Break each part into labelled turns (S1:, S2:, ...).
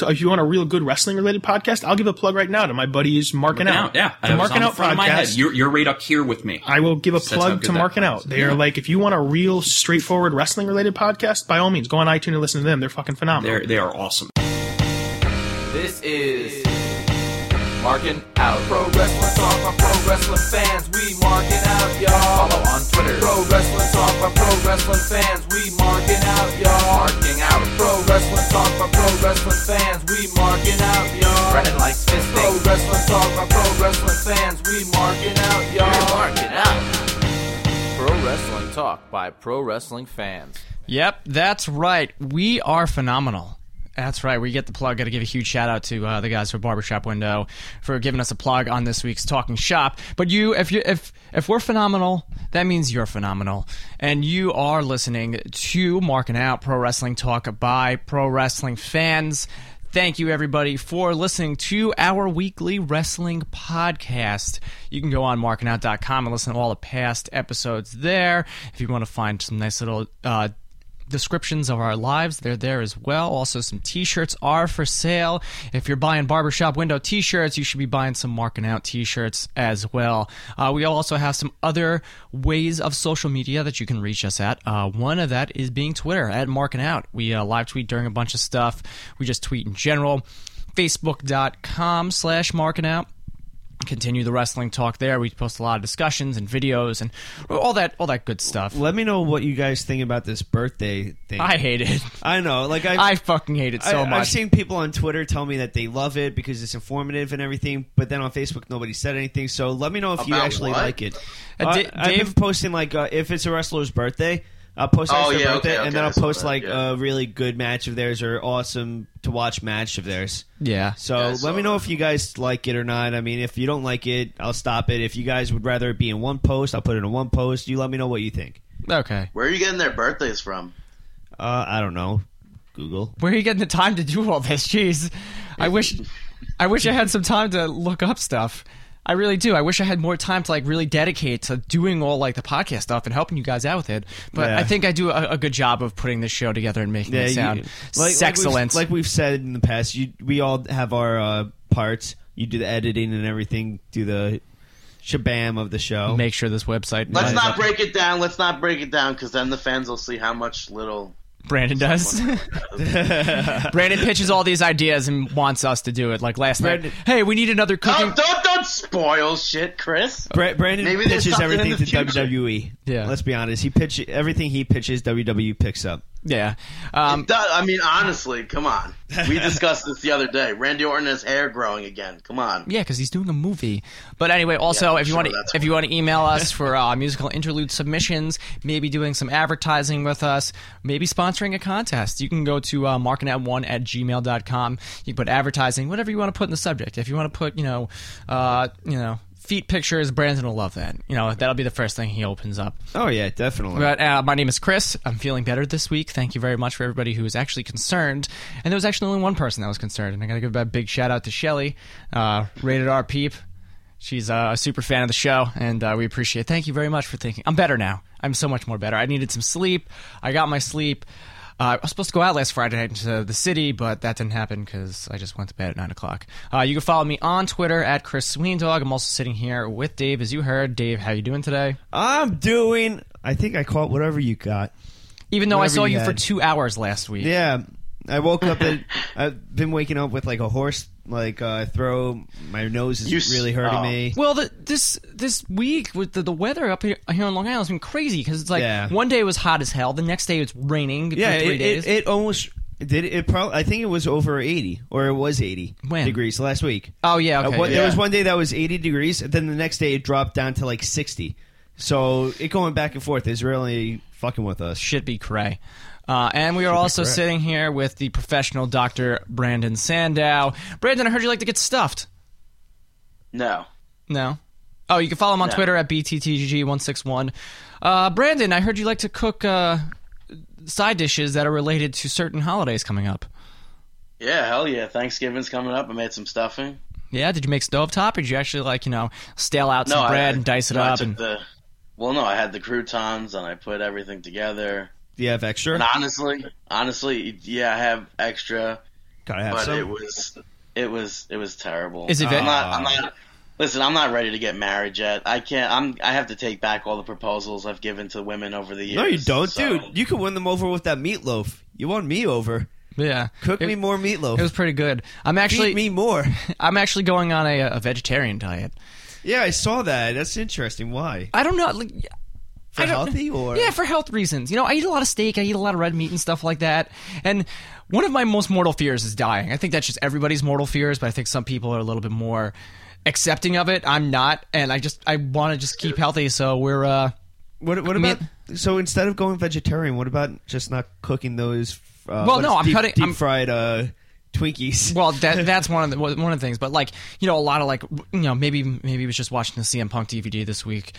S1: So if you want a real good wrestling related podcast, I'll give a plug right now to my buddies Marking
S2: Marking
S1: Out.
S2: Out, yeah.
S1: The
S2: It was on
S1: Marking
S2: the
S1: Out
S2: front of my head.
S1: podcast.
S2: You're, you're right up here with me.
S1: I will give a
S2: That's how
S1: plug
S2: good
S1: to
S2: that
S1: Marking Out.
S2: podcast is.
S1: They are
S2: Yeah.
S1: like, if you want a real straightforward wrestling related podcast, by all means, go on iTunes and listen to them. They're fucking phenomenal.
S2: They're, they are awesome.
S3: This is Marking Out. Pro Wrestling Talk by Pro Wrestling fans. We marking out, y'all. Follow on Twitter. Pro Wrestling Talk by Pro Wrestling fans. We marking out, y'all. Marking out. Pro Wrestling Talk by Pro Wrestling fans. We marking out, y'all. Brennan likes fisting. Pro Wrestling Talk by Pro Wrestling fans. We marking out, y'all. marking out. Pro Wrestling Talk by Pro Wrestling fans.
S4: Yep, that's right. We are phenomenal. That's right. We get the plug. Got to give a huge shout out to uh, the guys from Barbershop Window for giving us a plug on this week's Talking Shop. But you, if you, if if we're phenomenal, that means you're phenomenal, and you are listening to Marking Out Pro Wrestling Talk by Pro Wrestling Fans. Thank you, everybody, for listening to our weekly wrestling podcast. You can go on markingout.com and listen to all the past episodes there. If you want to find some nice little uh, descriptions of our lives. They're there as well. Also, some t shirts are for sale. If you're buying barbershop window t shirts, you should be buying some marking out t shirts as well. Uh, we also have some other ways of social media that you can reach us at. Uh, one of that is being Twitter at marking out. We uh, live tweet during a bunch of stuff, we just tweet in general. Facebook.com slash marking out continue the wrestling talk there we post a lot of discussions and videos and all that all that good stuff
S5: Let me know what you guys think about this birthday thing.
S4: i hate it
S5: I know. Like I've,
S4: I fucking hate it so
S5: I,
S4: much.
S5: I've seen people on Twitter tell me that they love it because it's informative and everything, but then on Facebook nobody said anything. So let me know if you
S6: About
S5: actually
S6: what?
S5: like it.
S4: Uh,
S5: Uh,
S4: Da-
S5: I've been
S4: Dave-
S5: posting like uh, if it's a wrestler's birthday, I'll post it's
S6: Oh,
S5: their
S6: yeah,
S5: birthday,
S6: okay, okay,
S5: and then I'll
S6: I saw
S5: post
S6: that,
S5: like
S6: yeah.
S5: a really good match of theirs or awesome to watch match of theirs.
S4: yeah.
S5: So
S6: Yeah, uh, I
S5: let
S6: saw
S5: me know
S6: that.
S5: if you guys like it or not. I mean, if you don't like it, I'll stop it. If you guys would rather it be in one post, I'll put it in one post. You let me know what you think.
S4: Okay.
S6: Where are you getting their birthdays from?
S5: Uh, I don't know. Google.
S4: Where are you getting the time to do all this? Jeez. I wish I wish I had some time to look up stuff. I really do. I wish I had more time to like really dedicate to doing all like the podcast stuff and helping you guys out with it. But
S5: Yeah.
S4: I think I do a, a good job of putting this show together and making it sound
S5: Like
S4: excellent.
S5: we've, like we've said in the past, you, we all have our uh, parts. You do the editing and everything. Do the shabam of the show.
S4: make sure this website
S6: Let's
S4: is
S6: not
S4: up.
S6: break it down. Let's not break it down because then the fans will see how much little.
S4: Brandon does. Brandon pitches all these ideas and wants us to do it. Like last
S5: Brandon-
S4: night, hey, we need another cooking.
S6: Oh, don't don't spoil shit, Chris.
S5: Bra- Brandon
S6: Maybe there's
S5: pitches
S6: something in
S5: everything
S6: the
S5: to
S6: future.
S5: WWE.
S4: Yeah.
S5: let's be honest. He pitch everything he pitches. WWE picks up.
S4: yeah, um,
S6: Duh, I mean, honestly, come on. We discussed this the other day. Randy Orton has hair growing again. Come on.
S4: Yeah, because he's doing a movie. But anyway, also
S6: Yeah,
S4: if you
S6: sure,
S4: want to
S6: that's
S4: if you want to email us for uh, musical interlude submissions, maybe doing some advertising with us, maybe sponsoring a contest, you can go to uh, markingout1 at gmail.com. You can put advertising, whatever you want to put in the subject. If you want to put, you know, uh, you know, feet pictures, Brandon will love that. You know, that'll be the first thing he opens up.
S5: Oh yeah, definitely.
S4: But uh, my name is Chris. I'm feeling better this week. Thank you very much for everybody who was actually concerned. And there was actually only one person that was concerned. And I got to give a big shout out to Shelly, uh, rated R Peep. She's uh, a super fan of the show, and uh, we appreciate it. Thank you very much for thinking. I'm better now. I'm so much more better. I needed some sleep. I got my sleep. Uh, I was supposed to go out last Friday night to the city, but that didn't happen because I just went to bed at 9 o'clock. Uh, you can follow me on Twitter at Chris Sweendog. I'm also sitting here with Dave, as you heard. Dave, how you doing today?
S5: I'm doing. I think I caught whatever you got.
S4: Even though I
S5: Whatever
S4: saw
S5: you
S4: you, for
S5: had.
S4: two hours last week.
S5: Yeah, I woke up and I've been waking up with like a horse like uh, throw. My nose is
S6: You s-
S5: really hurting
S6: oh.
S5: me.
S4: Well, the, this this week with the, the weather up here, here on Long Island has been crazy because it's like
S5: Yeah.
S4: one day it was hot as hell, the next day it's raining.
S5: Yeah,
S4: for three
S5: it,
S4: days.
S5: it, it almost did. It probably. I think it was over eighty, or it was eighty
S4: When?
S5: degrees last week.
S4: oh yeah,
S5: Uh,
S4: okay.
S5: what- There
S6: yeah.
S5: was one day that was eighty degrees, and then the next day it dropped down to like sixty. So it going back and forth is really fucking with us.
S4: should be cray. Uh, and we are also
S5: cray.
S4: sitting here with the professional doctor Brandon Sandow. Brandon, I heard you like to get stuffed.
S6: No.
S4: No. Oh, you can follow him on
S6: No.
S4: Twitter at bttgg161. Uh, Brandon, I heard you like to cook uh, side dishes that are related to certain holidays coming up.
S6: Yeah, hell yeah. Thanksgiving's coming up. I made some stuffing.
S4: Yeah, did you make stovetop? Or did you actually like you know stale out
S6: No,
S4: some
S6: I-
S4: bread and dice it
S6: no, I
S4: up?
S6: took
S4: And
S6: the- well, no, I had the croutons and I put everything together.
S5: Do you have extra?
S6: And honestly, honestly, yeah, I have extra.
S5: Gotta have
S6: but
S5: some.
S6: it was it was it was terrible.
S4: Is it ve-
S6: I'm not. I'm not. Listen, I'm not ready to get married yet. I can't. I'm. I have to take back all the proposals I've given to women over the years.
S5: no, you don't,
S6: so-
S5: dude. You could win them over with that meatloaf. You won me over.
S4: Yeah,
S5: Cook
S4: it,
S5: me more meatloaf.
S4: It was pretty good. I'm actually
S5: Feed me more.
S4: I'm actually going on a, a vegetarian diet.
S5: yeah, I saw that. That's interesting. Why?
S4: I don't know. Like,
S5: For
S4: I don't-
S5: healthy or
S4: Yeah, for health reasons. You know, I eat a lot of steak, I eat a lot of red meat and stuff like that. And one of my most mortal fears is dying. I think that's just everybody's mortal fears, but I think some people are a little bit more accepting of it. I'm not, and I just I want to just keep healthy, so we're uh
S5: What, what
S4: I mean-
S5: about so instead of going vegetarian, what about just not cooking those?
S4: Well,
S5: Uh, what
S4: no,
S5: is
S4: I'm
S5: deep,
S4: cutting-
S5: deep
S4: I'm-
S5: fried uh, Twinkies.
S4: well, that that's one of the one of the things. But like, you know, a lot of like, you know, maybe maybe it was just watching the CM Punk DVD this week.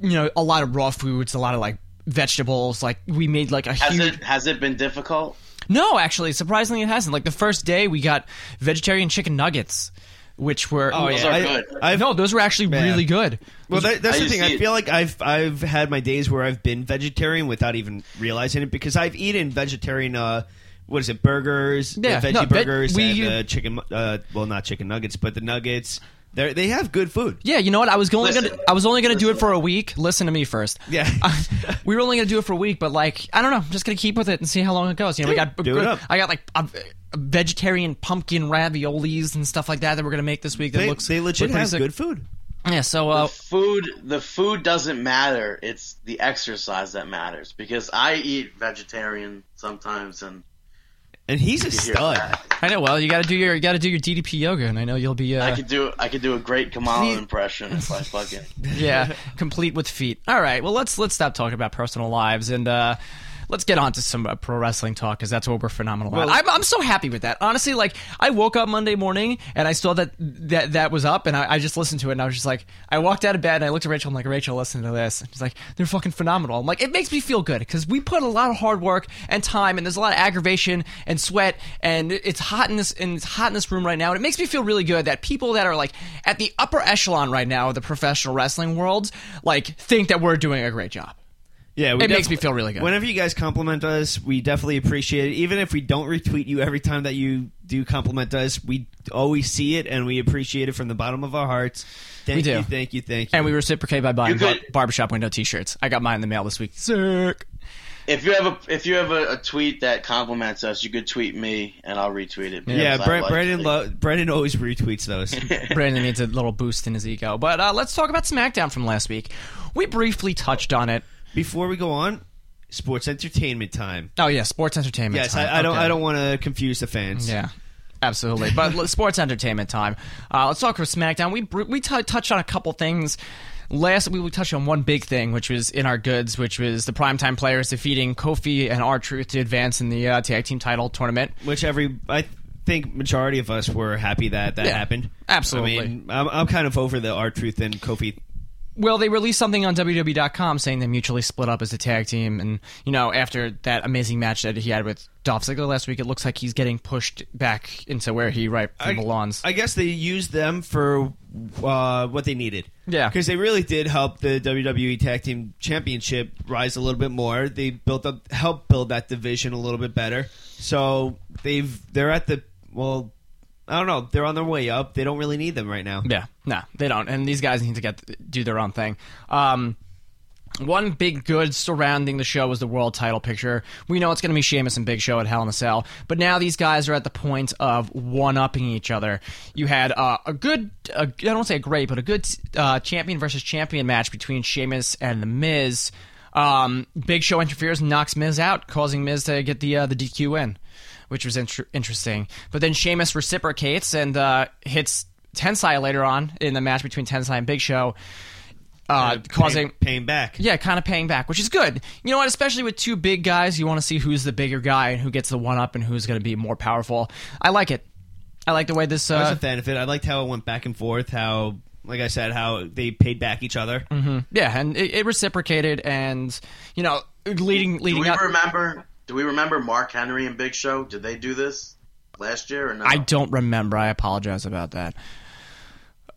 S4: You know, a lot of raw foods, a lot of like vegetables. Like we made like a
S6: Has
S4: huge
S6: it has it been difficult?
S4: No, actually, surprisingly, it hasn't. Like the first day, we got vegetarian chicken nuggets, which were oh
S6: Those
S4: yeah,
S6: are
S5: I-
S6: good.
S5: I've,
S4: no, those were actually
S5: Man.
S4: really good.
S5: well, that, that's
S6: I
S5: the
S6: just
S5: thing.
S6: see
S5: I
S6: it-
S5: feel like I've I've had my days where I've been vegetarian without even realizing it because I've eaten vegetarian. Uh, what is it? Burgers,
S4: Yeah,
S5: the veggie
S4: no, veg-
S5: burgers,
S4: we-
S5: and uh, chicken. Uh, well, not chicken nuggets, but the nuggets. They they have good food.
S4: Yeah, you know what? I was only
S6: Listen.
S4: gonna I was only gonna do it for a week. Listen to me first.
S5: Yeah.
S4: we were only gonna do it for a week, but like I don't know, I'm just gonna keep with it and see how long it goes. You know, we got
S5: do it up.
S4: I got like a, a vegetarian pumpkin raviolis and stuff like that that we're gonna make this week. That
S5: They,
S4: looks
S5: they legit
S4: look pretty
S5: have
S4: sick.
S5: good food.
S4: Yeah, so
S5: Oh.
S4: uh,
S6: food the food doesn't matter it's the exercise that matters because i eat vegetarian sometimes and
S5: And he's a
S6: you hear
S5: stud.
S6: that.
S4: I know. Well, you gotta do your you gotta do your DDP yoga, and I know you'll be. Uh,
S6: i could do i could do a great kamala
S4: Please-
S6: impression if i fucking
S4: yeah, complete with feet. All right, well let's let's stop talking about personal lives and uh, let's get on to some uh, pro wrestling talk because that's what we're phenomenal at. I'm, I'm so happy with that. Honestly, like I woke up Monday morning and I saw that that that was up and I, I just listened to it and I was just like, I walked out of bed and I looked at Rachel. I'm like, Rachel, listen to this. And she's like, they're fucking phenomenal. I'm like, it makes me feel good because we put a lot of hard work and time and there's a lot of aggravation and sweat and it's hot in this and it's hot in this room right now and it makes me feel really good that people that are like at the upper echelon right now of the professional wrestling world like think that we're doing a great job.
S5: Yeah, we
S4: It makes
S5: def-
S4: me feel really good.
S5: Whenever you guys compliment us, we definitely appreciate it. Even if we don't retweet you every time that you do compliment us, we always see it and we appreciate it from the bottom of our hearts. Thank
S4: We do.
S5: you, thank you, thank you.
S4: And we reciprocate by buying
S6: You
S4: bar-
S6: could-
S4: barbershop window t-shirts. I got mine in the mail this week. Sick.
S6: if you have a if you have a, a tweet that compliments us you could tweet me and i'll retweet it
S5: yeah,
S6: because I
S5: Brent,
S6: like
S5: Brandon,
S6: it.
S5: lo- Brandon always retweets those.
S4: Brandon needs a little boost in his ego. But uh, let's talk about SmackDown from last week. We briefly touched on it.
S5: Before we go on, sports entertainment time.
S4: Oh yeah, sports entertainment.
S5: Yes,
S4: time.
S5: I, I don't.
S4: Okay.
S5: I don't want to confuse the fans.
S4: Yeah. Absolutely, but l- sports entertainment time. Uh, let's talk for SmackDown. We br- we t- touched on a couple things last. We we touched on one big thing, which was in our goods, which was the primetime players defeating Kofi and R Truth to advance in the uh, tag team title tournament.
S5: Which every I think majority of us were happy that that
S4: Yeah,
S5: happened.
S4: absolutely.
S5: I mean, I'm, I'm kind of over the R Truth and Kofi
S4: Well, they released something on WWE.com saying they mutually split up as a tag team, and you know, after that amazing match that he had with Dolph Ziggler last week, it looks like he's getting pushed back into where he right belongs.
S5: I guess they used them for uh, what they needed.
S4: Yeah.
S5: because they really did help the WWE Tag Team Championship rise a little bit more. They built up, helped build that division a little bit better. So they've they're at the well, I don't know. They're on their way up. They don't really need them right now.
S4: Yeah, no, they don't. And these guys need to get do their own thing. Um, one big good surrounding the show was the world title picture. We know it's going to be Sheamus and Big Show at Hell in a Cell, but now these guys are at the point of one upping each other. You had uh, a good, I I don't want to say a great, but a good uh, champion versus champion match between Sheamus and The Miz. Um, Big Show interferes and knocks Miz out, causing Miz to get the uh, the DQ win, which was inter- interesting. But then Sheamus reciprocates and uh, hits Tensai later on in the match between Tensai and Big Show, uh, causing
S5: Pay- paying back.
S4: yeah, kind of paying back, which is good. You know what? Especially with two big guys, you want to see who's the bigger guy and who gets the one up and who's going to be more powerful. I like it. I like the way this.
S5: I was
S4: Uh,
S5: a fan of it. I liked how it went back and forth. How, like I said, how they paid back each other.
S4: Mm-hmm. yeah, and it, it reciprocated, and you know, leading
S6: do
S4: leading
S6: we
S4: up.
S6: remember do we remember mark henry and big show did they do this last year or no
S4: I don't remember. I apologize about that.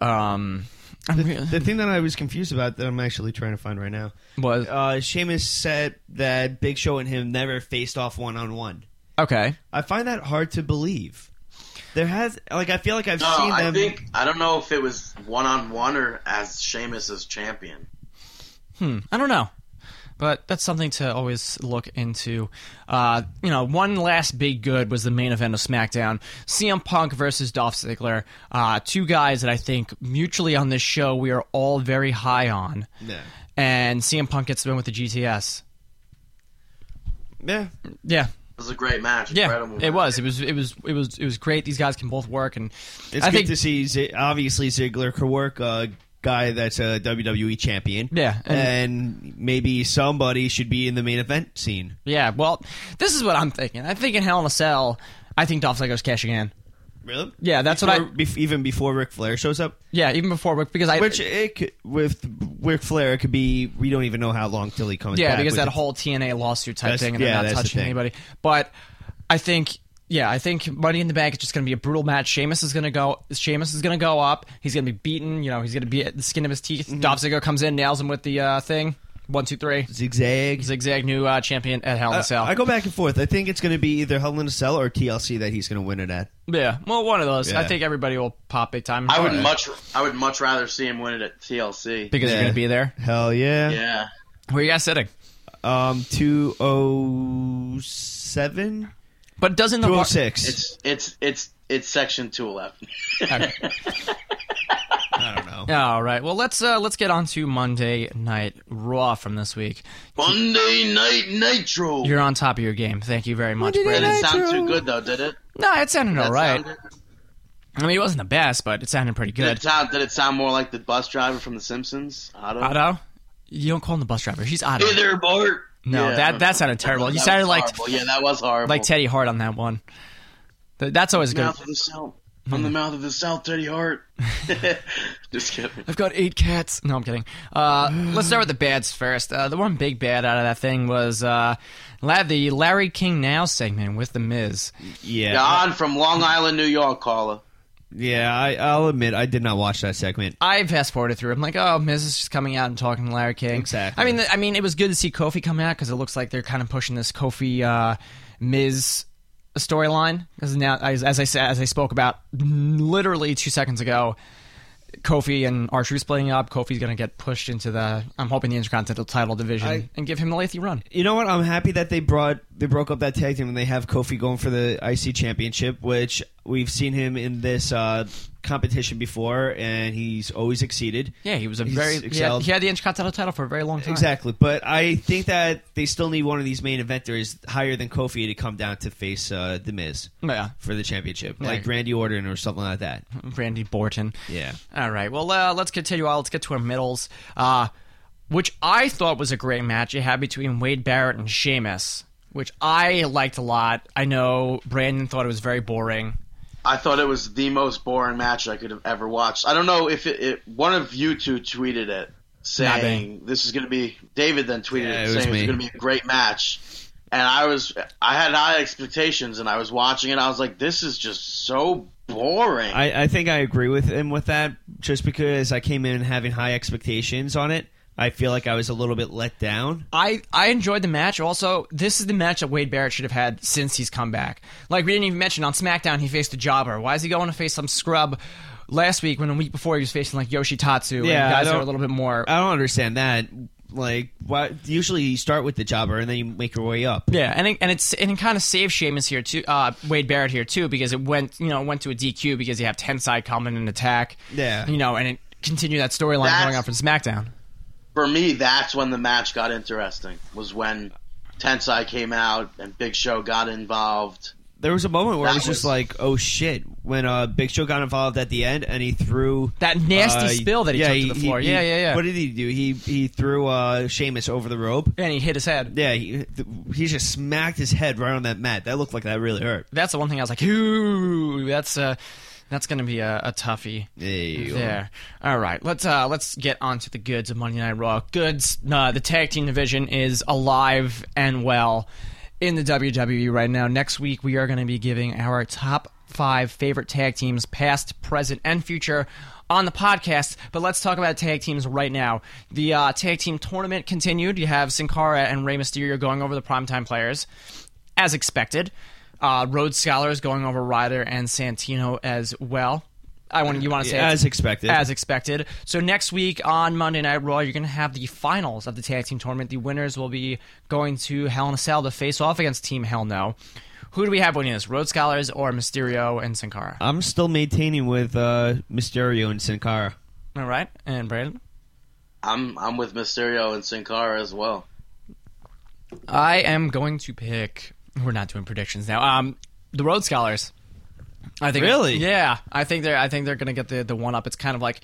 S4: Um, I'm re-
S5: The thing that I was confused about that I'm actually trying to find right now.
S4: was
S5: uh, Sheamus said that Big Show and him never faced off one on one.
S4: okay.
S5: I find that hard to believe. There has like I feel like I've
S6: No,
S5: seen
S6: I
S5: them.
S6: think I don't know if it was one on one or as Sheamus as champion.
S4: I don't know. But that's something to always look into. Uh, you know, one last big good was the main event of SmackDown CM Punk versus Dolph Ziggler. Uh, two guys that I think mutually on this show we are all very high on.
S5: Yeah.
S4: And CM Punk gets the win with the GTS.
S5: yeah,
S4: Yeah.
S6: It was a great match.
S4: Yeah,
S6: incredible
S4: it
S6: match.
S4: was. It was. It was. It was. It was great. These guys can both work, and
S5: it's
S4: I
S5: good
S4: think
S5: to see. Z- obviously, Ziggler could work a guy that's a WWE champion.
S4: Yeah,
S5: and, maybe somebody should be in the main event scene.
S4: Yeah, well, this is what I'm thinking. I'm thinking Hell in a Cell. I think Dolph Ziggler's cashing in.
S5: Really?
S4: Yeah, that's what I-
S5: Before- bef- even before Ric Flair shows up.
S4: Yeah, even before Rick, because I
S5: Which it could, with Ric Flair, it could be we don't even know how long till he comes.
S4: yeah,
S5: back
S4: because
S5: with
S4: that
S5: the-
S4: whole TNA lawsuit type
S5: That's-
S4: thing, and
S5: yeah,
S4: they're
S5: that's
S4: not
S5: the
S4: touching
S5: thing.
S4: anybody. But I think. Yeah, I think Money in the Bank is just going to be a brutal match. Sheamus is going to go. Sheamus is going to go up. He's going to be beaten. You know, he's going to be at the skin of his teeth.
S5: Mm-hmm.
S4: Dolph Ziggler comes in, nails him with the uh, thing. One, two, three.
S5: zigzag.
S4: Zigzag, new uh, champion at Hell in a Cell.
S5: I, I go back and forth. I think it's going to be either Hell in a Cell or TLC that he's going to win it at.
S4: yeah, well, one of those. I
S5: Yeah.
S4: think everybody will pop big time.
S6: I would much. I would much rather see him win it at TLC.
S4: because you're
S5: Yeah.
S4: going to be there.
S5: Hell yeah.
S6: yeah.
S4: Where are you guys sitting?
S5: Um, 207?
S4: But doesn't the
S5: 206.
S6: It's it's it's it's section two eleven.
S5: I don't know.
S4: All right. Well, let's uh, let's get on to Monday Night Raw from this week.
S6: Monday Night Nitro.
S4: You're on top of your game. Thank you very much,
S5: Monday
S6: that
S4: Brandon.
S6: didn't
S5: Night
S6: sound
S5: Nitro.
S6: too good though, did it?
S4: No, it sounded all
S6: That
S4: right.
S6: sounded-
S4: I mean, it wasn't the best, but it sounded pretty
S6: Did it
S4: good.
S6: sound? Did it sound more like the bus driver from The Simpsons? Otto.
S4: Otto, you don't call him the bus driver. He's Otto.
S6: Hey there, Bart.
S4: No,
S6: Yeah.
S4: that that sounded terrible. You
S6: That
S4: sounded
S6: was
S4: like
S6: horrible. yeah, that was horrible.
S4: like Teddy Hart on that one. Th- That's always good.
S6: mouth of the south. I'm the mouth of the south, Teddy Hart. Just kidding.
S4: I've got eight cats. No, I'm kidding. Uh, let's start with the bads first. Uh, the one big bad out of that thing was uh, la- the Larry King Now segment with The Miz.
S5: Yeah.
S6: Don from Long Island, New York, caller.
S5: Yeah, I, I'll admit, I did not watch that segment.
S4: I fast forwarded through. I'm like, oh, Miz is just coming out and talking to Larry King.
S5: Exactly.
S4: I mean, th- I mean, it was good to see Kofi come out because it looks like they're kind of pushing this Kofi uh, Miz storyline. Because now, as, as I said, as I spoke about literally two seconds ago, Kofi and R Truth splitting up. Kofi's going to get pushed into the. I'm hoping the Intercontinental Title division
S5: I-
S4: and give him the Lathy run.
S5: You know what? I'm happy that they brought they broke up that tag team and they have Kofi going for the IC championship, which we've seen him in this uh, competition before, and he's always exceeded.
S4: Yeah, he was a
S5: He's
S4: very. He had,
S5: excelled.
S4: he had the Intercontinental Title for a very long time.
S5: Exactly, but I think that they still need one of these main eventers higher than Kofi to come down to face uh, The Miz
S4: Yeah,
S5: for the championship,
S4: Yeah.
S5: like Randy Orton or something like that.
S4: Randy Borton.
S5: Yeah.
S4: All right. Well, uh, let's continue on. Let's get to our middles, uh, which I thought was a great match you had between Wade Barrett and Sheamus, which I liked a lot. I know Brandon thought it was very boring.
S6: I thought it was the most boring match I could have ever watched. I don't know if it, it one of you two tweeted it saying this is going to be David then tweeted
S5: Yeah,
S6: it,
S5: it was
S6: saying
S5: me.
S6: it's going to be a great match. And I was I had high expectations and I was watching it. I was like this is just so boring.
S5: I, I think I agree with him with that, just because I came in having high expectations on it. I feel like I was a little bit let down.
S4: I, I enjoyed the match. Also, this is the match that Wade Barrett should have had since he's come back. Like, we didn't even mention on SmackDown he faced a jobber. Why is he going to face some scrub last week when the week before he was facing, like, Yoshitatsu and
S5: Yeah, I
S4: guys that
S5: don't-
S4: are a little bit more.
S5: I don't understand that. Like, why? Usually, you start with the jobber and then you make your way up.
S4: Yeah, and it, and it's and it kind of saved Sheamus here too, uh, Wade Barrett here too, because it went you know it went to a DQ because you have Tensai come in and attack.
S5: Yeah.
S4: you know, and it continued that storyline
S6: That's-
S4: going on from SmackDown.
S6: For me that's when the match got interesting. Was when Tensai came out and Big Show got involved.
S5: There was a moment where I
S6: That
S5: was just
S6: was-
S5: like, "Oh shit!" When uh, Big Show got involved at the end and he threw
S4: That nasty spill that he
S5: Uh, yeah,
S4: took to the floor. Uh, Yeah, yeah, yeah.
S5: What did he do? He he threw uh, Sheamus over the rope.
S4: And he hit his head.
S5: Yeah, he, th- he just smacked his head right on that mat. That looked like that really hurt.
S4: That's the one thing I was like, ooh, that's uh, that's gonna be a, a toughie. There. All right. Let's uh let's get on to the goods of Monday Night Raw. Goods. Uh, the tag team division is alive and well in the WWE right now. Next week we are going to be giving our top five favorite tag teams, past, present, and future. On the podcast, but let's talk about tag teams right now. The uh, tag team tournament continued. You have Sin Cara and Rey Mysterio going over the primetime players, as expected. Uh, Rhodes Scholars going over Ryder and Santino as well. I want you want to say
S5: As expected.
S4: as expected. So next week on Monday Night Raw, you're going to have the finals of the tag team tournament. The winners will be going to Hell in a Cell to face off against Team Hell No. Who do we have winning this? Rhodes Scholars or Mysterio and Sin Cara?
S5: I'm still maintaining with uh, Mysterio and Sin Cara.
S4: All right, and Brandon.
S6: I'm I'm with Mysterio and Sin Cara as well.
S4: I am going to pick. We're not doing predictions now. Um, the Rhodes Scholars. I think
S5: Really?
S4: yeah. I think they're I think they're gonna get the the one up. It's kind of like.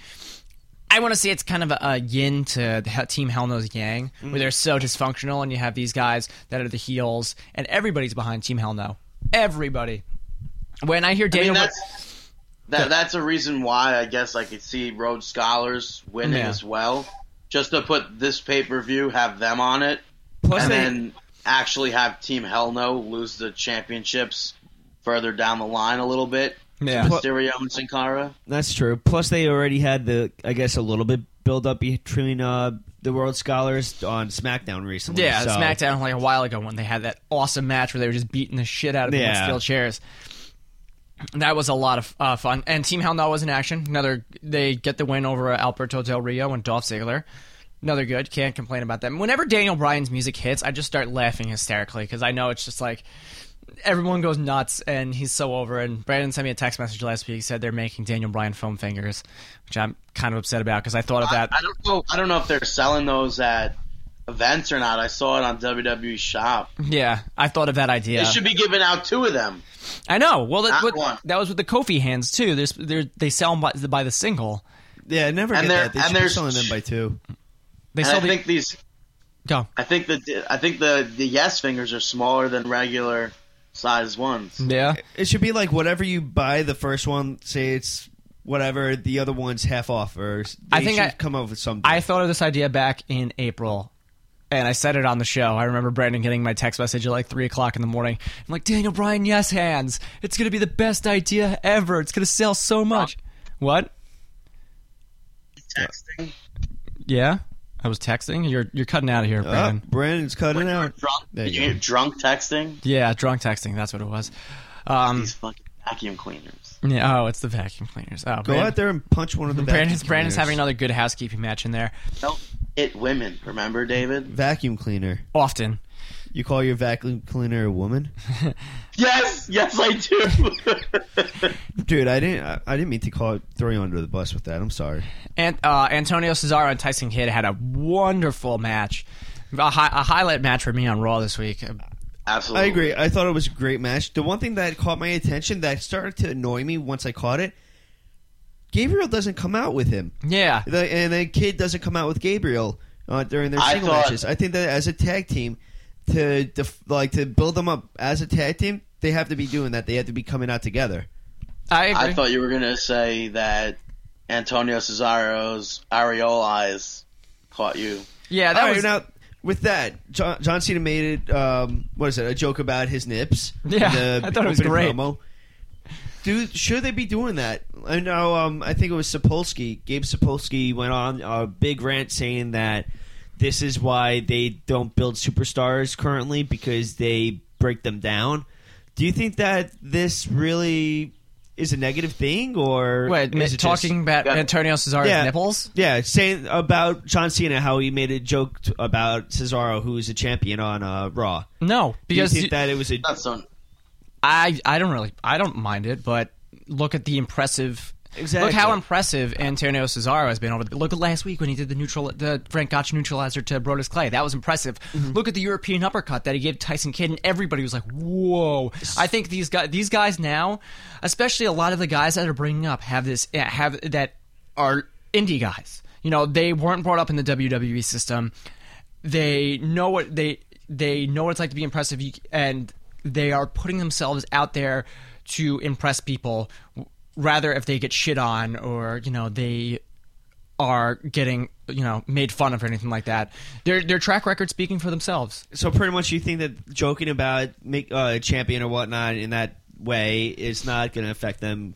S4: I want to say it's kind of a, a yin to the he- team Hell Knows Yang,
S6: Mm-hmm.
S4: where they're so dysfunctional, and you have these guys that are the heels, and everybody's behind Team Hell No. Everybody. When I hear
S6: I mean,
S4: Daniel,
S6: that's that, that's a reason why I guess I could see Rhodes Scholars winning
S4: Yeah.
S6: as well, just to put this pay per view, have them on it,
S5: Plus,
S6: and
S5: they,
S6: then actually have Team Hell No lose the championships further down the line a little bit.
S4: Yeah.
S6: Mysterio and Sin Cara.
S5: that's true. Plus, they already had the, I guess, a little bit build up between uh, the World Scholars on SmackDown recently.
S4: yeah,
S5: so-
S4: SmackDown like a while ago when they had that awesome match where they were just beating the shit out of people with
S5: Yeah.
S4: steel chairs. That was a lot of uh, fun. And Team Hell No was in action. Another, they get the win over uh, Alberto Del Rio and Dolph Ziggler. Another good. Can't complain about them. Whenever Daniel Bryan's music hits, I just start laughing hysterically because I know it's just like everyone goes nuts and he's so over. And Brandon sent me a text message last week. He said they're making Daniel Bryan foam fingers, which I'm kind of upset about because I thought of that.
S6: I don't know. I don't know if they're selling those at events or not. I saw it on WWE Shop.
S4: yeah, I thought of that idea.
S6: They should be giving out two of them.
S4: I know. Well, that,
S6: Not
S4: what-
S6: one.
S4: that was with the Kofi hands too. There's, there, they sell them by, by the single.
S5: Yeah, I never get
S6: And there-
S5: that. They
S6: and
S5: should be
S6: there's-
S5: selling them by two.
S4: They
S6: And
S4: sell
S6: I
S4: the
S6: think these
S4: go.
S6: I think the I think the the yes fingers are smaller than regular size ones.
S4: Yeah,
S5: It should be like whatever you buy the first one, say it's whatever, the other one's half off, or they
S4: I think
S5: should
S4: I-
S5: come up with something.
S4: I thought of this idea back in April, and I said it on the show. I remember Brandon getting my text message at like three o'clock in the morning. I'm like, Daniel Bryan, yes hands. It's gonna be the best idea ever. It's gonna sell so much. What?
S6: Texting.
S4: Yeah, I was texting. You're you're cutting out of here,
S5: Oh,
S4: Brandon.
S5: Brandon's cutting out.
S6: Drunk.
S5: There
S6: Did
S5: you
S6: you
S5: go.
S6: get drunk texting?
S4: Yeah, drunk texting. That's what it was. Um,
S6: These fucking vacuum cleaners.
S4: yeah, oh, it's the vacuum cleaners. Oh,
S5: Go out there and punch one of the
S4: Brandon's,
S5: vacuum
S4: Brandon's
S5: cleaners.
S4: having another good housekeeping match in there.
S6: Don't hit women. Remember, David?
S5: vacuum cleaner.
S4: Often.
S5: You call your vacuum cleaner a woman,
S6: Yes, yes, I do.
S5: dude? I didn't. I, I didn't mean to call throw you under the bus with that. I'm sorry.
S4: Ant, uh, Antonio Cesaro and Tyson Kidd had a wonderful match, a, hi- a highlight match for me on Raw this week.
S6: Absolutely.
S5: I agree. I thought it was a great match. The one thing that caught my attention that started to annoy me once I caught it, Gabriel doesn't come out with him.
S4: Yeah,
S5: The, and then Kid doesn't come out with Gabriel uh, during their
S6: I
S5: single
S6: thought-
S5: matches. I think that as a tag team, to def- like to build them up as a tag team, they have to be doing that. They have to be coming out together.
S4: I agree.
S6: I thought you were gonna say that Antonio Cesaro's areola eyes caught you.
S4: yeah, that
S5: All right,
S4: was
S5: now with that. John, John Cena made it. Um, what is it? A joke about his nips.
S4: Yeah,
S5: in the
S4: I thought it was
S5: opening
S4: great.
S5: Promo. Dude, should they be doing that? I know. Um, I think it was Sapolsky. Gabe Sapolsky went on a big rant saying that this is why they don't build superstars currently because they break them down. Do you think that this really is a negative thing, or
S4: wait,
S5: is it just-
S4: talking about
S6: Yeah.
S4: Antonio Cesaro's
S5: Yeah.
S4: nipples.
S5: yeah, saying about John Cena how he made a joke t- about Cesaro, who's a champion on uh, Raw.
S4: No,
S5: Do you
S4: because
S5: think
S4: you-
S5: that it was a
S6: That's so.
S4: I I don't really I don't mind it, but look at the impressive.
S5: Exactly.
S4: Look how impressive Antonio Cesaro has been over. The, look at last week when he did the neutral, the Frank Gotch neutralizer to Brodus Clay. That was impressive. Look at the European uppercut that he gave Tyson Kidd, and everybody was like, "Whoa!" I think these guys, these guys now, especially a lot of the guys that are bringing up, have this eh, have that are indie guys. You know, they weren't brought up in the WWE system. They know what they they know what it's like to be impressive, You- and they are putting themselves out there to impress people. w- Rather, if they get shit on or you know they are getting you know made fun of or anything like that, their their track record speaking for themselves.
S5: so pretty much you think that joking about make uh, a champion or whatnot in that way is not going to affect them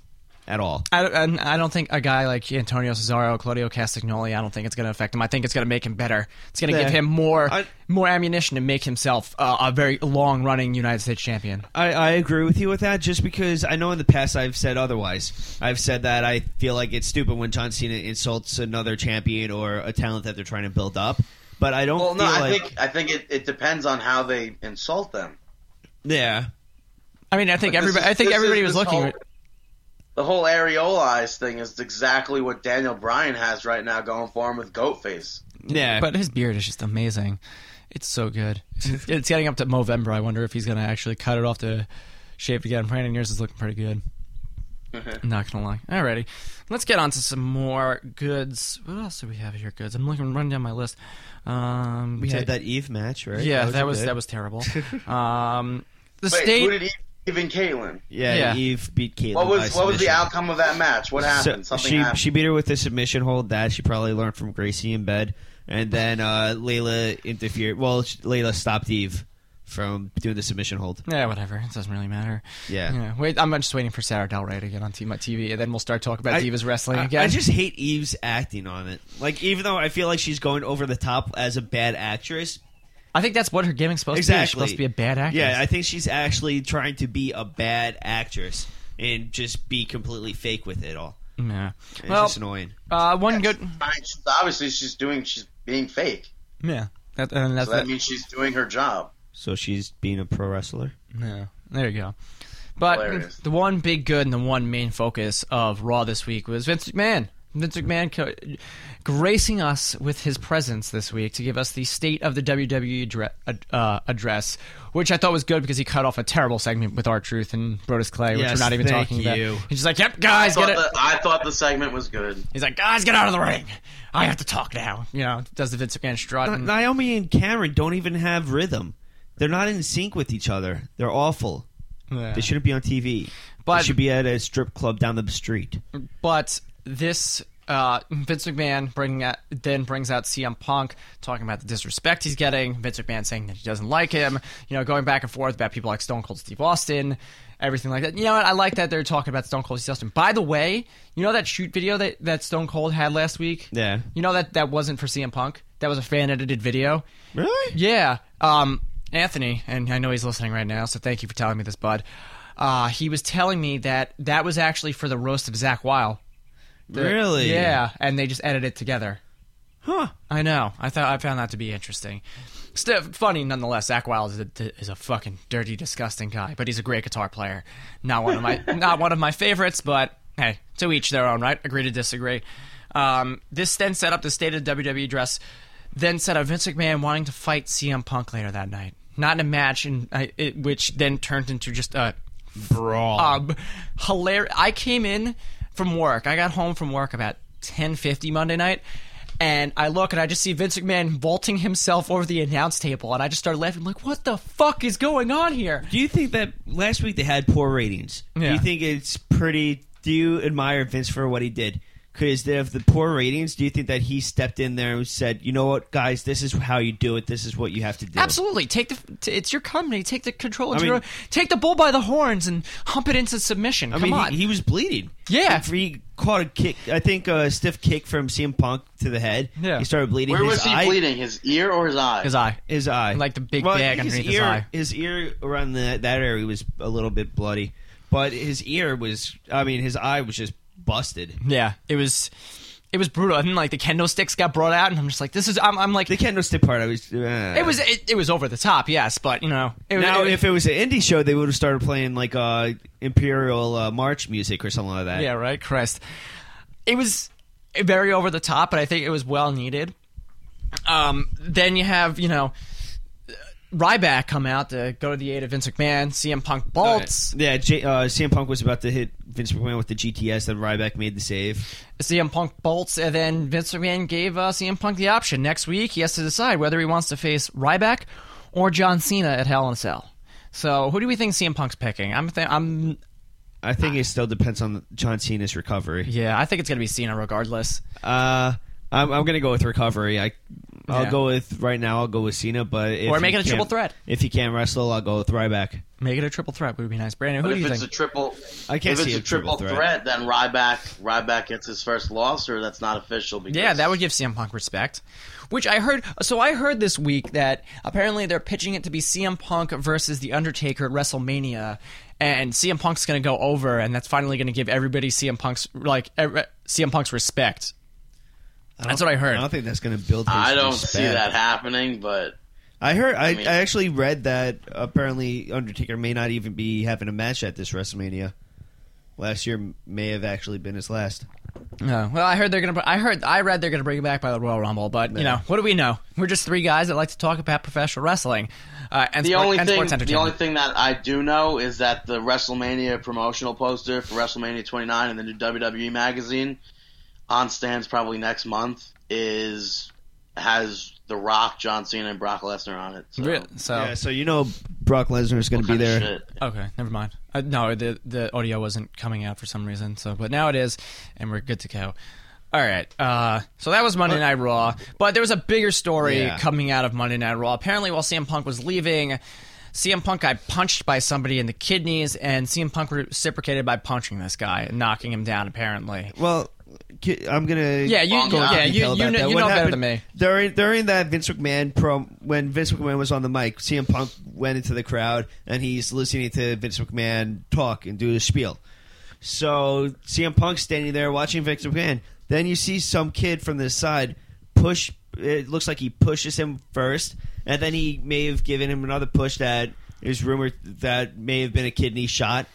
S5: at all.
S4: I, don't- and I don't think a guy like Antonio Cesaro, Claudio Castagnoli, I don't think it's going to affect him. I think it's going to make him better. It's going to
S5: Yeah.
S4: give him more
S5: I-
S4: more ammunition to make himself uh, a very long running United States champion.
S5: I, I agree with you with that just because I know in the past I've said otherwise. I've said that I feel like it's stupid when John Cena insults another champion or a talent that they're trying to build up. But I don't
S6: Well, no,
S5: feel
S6: I
S5: like
S6: think I think it, it depends on how they insult them.
S5: yeah.
S4: I mean, I think
S6: This
S4: everybody.
S6: is-
S4: I think
S6: this
S4: everybody
S6: is-
S4: was
S6: this
S4: looking.
S6: Whole, the whole areolized thing is exactly what Daniel Bryan has right now going for him with Goatface.
S5: Yeah.
S4: But his beard is just amazing. It's so good. it's getting up to Movember. I wonder if he's going to actually cut it off to shave it again. Brandon, yours is looking pretty good. I'm not gonna lie. Alrighty, let's get on to some more goods. What else do we have here? Goods. I'm looking, running down my list. Um,
S5: we
S4: ta-
S5: had that Eve match, right?
S4: Yeah, that was
S5: good.
S4: that was terrible. um, the
S6: Wait,
S4: state.
S6: who did he even Caitlyn?
S5: yeah,
S4: yeah.
S5: Eve beat Caitlyn.
S6: What was
S5: by
S6: what was the
S5: submission.
S6: outcome of that match? What happened?
S5: So
S6: Something
S5: she
S6: happened.
S5: she beat her with a submission hold that she probably learned from Gracie in bed, and then uh, Layla interfered. Well, she- Layla stopped Eve from doing the submission hold.
S4: yeah, whatever. It doesn't really matter.
S5: Yeah.
S4: Wait, I'm just waiting for Sarah Del Rey to get on t- my TV, and then we'll start talking about
S5: I-
S4: Divas wrestling
S5: I,
S4: again.
S5: I just hate Eve's acting on it. Like, even though I feel like she's going over the top as a bad actress,
S4: I think that's what her gimmick's supposed to be. She's
S5: exactly
S4: supposed to be a bad actress.
S5: Yeah, I think she's actually trying to be a bad actress and just be completely fake with it all.
S4: yeah.
S5: It's
S4: Well,
S5: just annoying.
S4: uh, one good.
S6: Yes. I mean, she's- obviously she's doing she's being fake.
S4: Yeah. That, and that's
S6: So that means she's doing her job.
S5: So she's being a pro wrestler.
S4: Yeah, there you go. But
S6: Hilarious.
S4: the one big good and the one main focus of Raw this week was Vince McMahon. Vince McMahon co- gracing us with his presence this week to give us the state of the WWE dre- ad- uh, address, which I thought was good because he cut off a terrible segment with our Truth and Brodus Clay, which
S5: Yes,
S4: we're not even
S5: thank
S4: talking
S5: you.
S4: about. He's just like, "Yep,
S6: I
S4: guys,
S6: thought,
S4: get it."
S6: the, I thought the segment was good.
S4: He's like, "Guys, get out of the ring. I have to talk now." You know, does the Vince McMahon strut? and-
S5: Naomi and Cameron don't even have rhythm. They're not in sync with each other. They're awful.
S4: Yeah.
S5: They shouldn't be on TV.
S4: But-
S5: they should be at a strip club down the street.
S4: But this uh, Vince McMahon bringing out, then brings out CM Punk talking about the disrespect he's getting. Vince McMahon saying that he doesn't like him. You know, going back and forth about people like Stone Cold Steve Austin, everything like that. You know what? I like that they're talking about Stone Cold Steve Austin. By the way, you know that shoot video that, that Stone Cold had last week.
S5: Yeah.
S4: You know that that wasn't for CM Punk. That was a fan edited video.
S5: Really?
S4: Yeah. Um, Anthony, and I know he's listening right now, so thank you for telling me this, bud. Uh, he was telling me that that was actually for the roast of Zach Weil. The-
S5: Really?
S4: Yeah, and they just edited it together.
S5: Huh.
S4: I know. I thought I found that to be interesting. Still funny nonetheless. Zach Wild is a, is a fucking dirty, disgusting guy, but he's a great guitar player. Not one of my not one of my favorites, but hey, to each their own, right? Agree to disagree. Um, this then set up the state of WWE dress, then set up Vince McMahon wanting to fight CM Punk later that night, not in a match, and I, it, which then turned into just a
S5: Brawl.
S4: um, hilarious. I came in from work. I got home from work about ten fifty Monday night, and I look and I just see Vince McMahon vaulting himself over the announce table, and I just started laughing. I'm like, what the fuck is going on here?
S5: Do you think that last week they had poor ratings? Do
S4: Yeah.
S5: you think it's pretty? Do you admire Vince for what he did? Because they have the poor ratings. Do you think that he stepped in there and said, "You know what, guys, this is how you do it. This is what you have to do."
S4: Absolutely, take the. t- It's your company. Take the control. Into
S5: mean-
S4: your, take the bull by the horns and hump it into submission.
S5: I
S4: Come
S5: mean,
S4: on.
S5: He, he was bleeding.
S4: Yeah.
S5: he, he caught a kick. I think a stiff kick from CM Punk to the head.
S4: Yeah.
S5: he started bleeding.
S6: Where
S5: his
S6: was he
S5: eye,
S6: bleeding? His ear or his eye?
S4: his eye.
S5: His eye,
S4: Like the big
S5: well,
S4: bag
S5: his
S4: underneath his
S5: ear,
S4: eye.
S5: His ear around the, that area was a little bit bloody, but his ear was. I mean, his eye was just busted.
S4: Yeah, it was. It was brutal. And like the kendo sticks got brought out, and I'm just like, this is. I'm, I'm like,
S5: The Kendo stick part, I was. Uh,
S4: it was. It, it was over the top. Yes, but you know, it, was-
S5: Now,
S4: it-
S5: if it was an indie show, they would have started playing like uh, Imperial uh, March music or something like that.
S4: Yeah, right, Christ. It was very over the top, but I think it was well needed. Um, then you have, you know, Ryback come out to go to the aid of Vince McMahon, CM Punk bolts.
S5: Yeah, J- uh, CM Punk was about to hit Vince McMahon with the GTS, then Ryback made the save.
S4: CM Punk bolts, and then Vince McMahon gave uh, CM Punk the option. Next week, he has to decide whether he wants to face Ryback or John Cena at Hell in a Cell. So, who do we think CM Punk's picking? I'm, th- I'm,
S5: I think it still depends on John Cena's recovery.
S4: yeah, I think it's gonna be Cena regardless.
S5: Uh, I'm, I'm going to go with recovery. I I'll
S4: Yeah.
S5: go with right now. I'll go with Cena, but if
S4: Or
S5: he
S4: make it a triple
S5: can't-
S4: threat.
S5: If he can't wrestle, I'll go with Ryback.
S4: Make it a triple threat would be nice. Brandon, who do
S6: But if
S4: you
S6: it's a
S4: think?
S6: triple,
S5: I can't
S6: if it's
S5: see
S6: a triple threat. then Ryback Ryback gets his first loss, or that's not official. Because
S4: yeah, that would give CM Punk respect. Which I heard. So I heard this week that apparently they're pitching it to be CM Punk versus The Undertaker at WrestleMania, and CM Punk's going to go over, and that's finally going to give everybody CM Punk's like e-, ev- CM Punk's respect. That's what I heard.
S5: I don't think that's going to build. His
S6: I don't see
S5: respect.
S6: that happening, but
S5: I heard. I, I,
S6: mean-
S5: actually read that apparently Undertaker may not even be having a match at this WrestleMania. Last year may have actually been his last.
S4: No. Well, I heard they're gonna. I heard. I read they're gonna bring it back by the Royal Rumble. But you know, what do we know? We're just three guys that like to talk about professional wrestling. Uh, and
S6: the
S4: sport-
S6: only
S4: and
S6: thing
S4: sports
S6: the
S4: entertainment.
S6: only thing that I do know is that the WrestleMania promotional poster for WrestleMania 29 in the new WWE magazine on stands probably next month is has The Rock, John Cena, and Brock Lesnar on it. So.
S4: Really? So
S5: Yeah, so you know Brock Lesnar is going to be
S6: Kind of
S5: there.
S6: shit.
S4: okay, never mind. Uh, no, the the audio wasn't coming out for some reason. So, but now it is, and we're good to go. All right. Uh, so that was Monday Night Raw, but there was a bigger story
S5: Yeah.
S4: coming out of Monday Night Raw. Apparently, while CM Punk was leaving. CM Punk got punched by somebody in the kidneys, and CM Punk reciprocated by punching this guy and knocking him down. Apparently,
S5: Well, ki- I'm gonna
S4: Yeah, you-
S5: go into
S4: yeah, you- you
S5: detail about
S4: kn-
S5: that.
S4: you
S5: What
S4: know better
S5: happened-
S4: than me.
S5: During during that Vince McMahon prom, when Vince McMahon was on the mic, CM Punk went into the crowd and he's listening to Vince McMahon talk and do his spiel. So CM Punk's standing there watching Vince McMahon. Then you see some kid from the side push. It looks like he pushes him first, and then he may have given him another push that is rumored that may have been a kidney shot.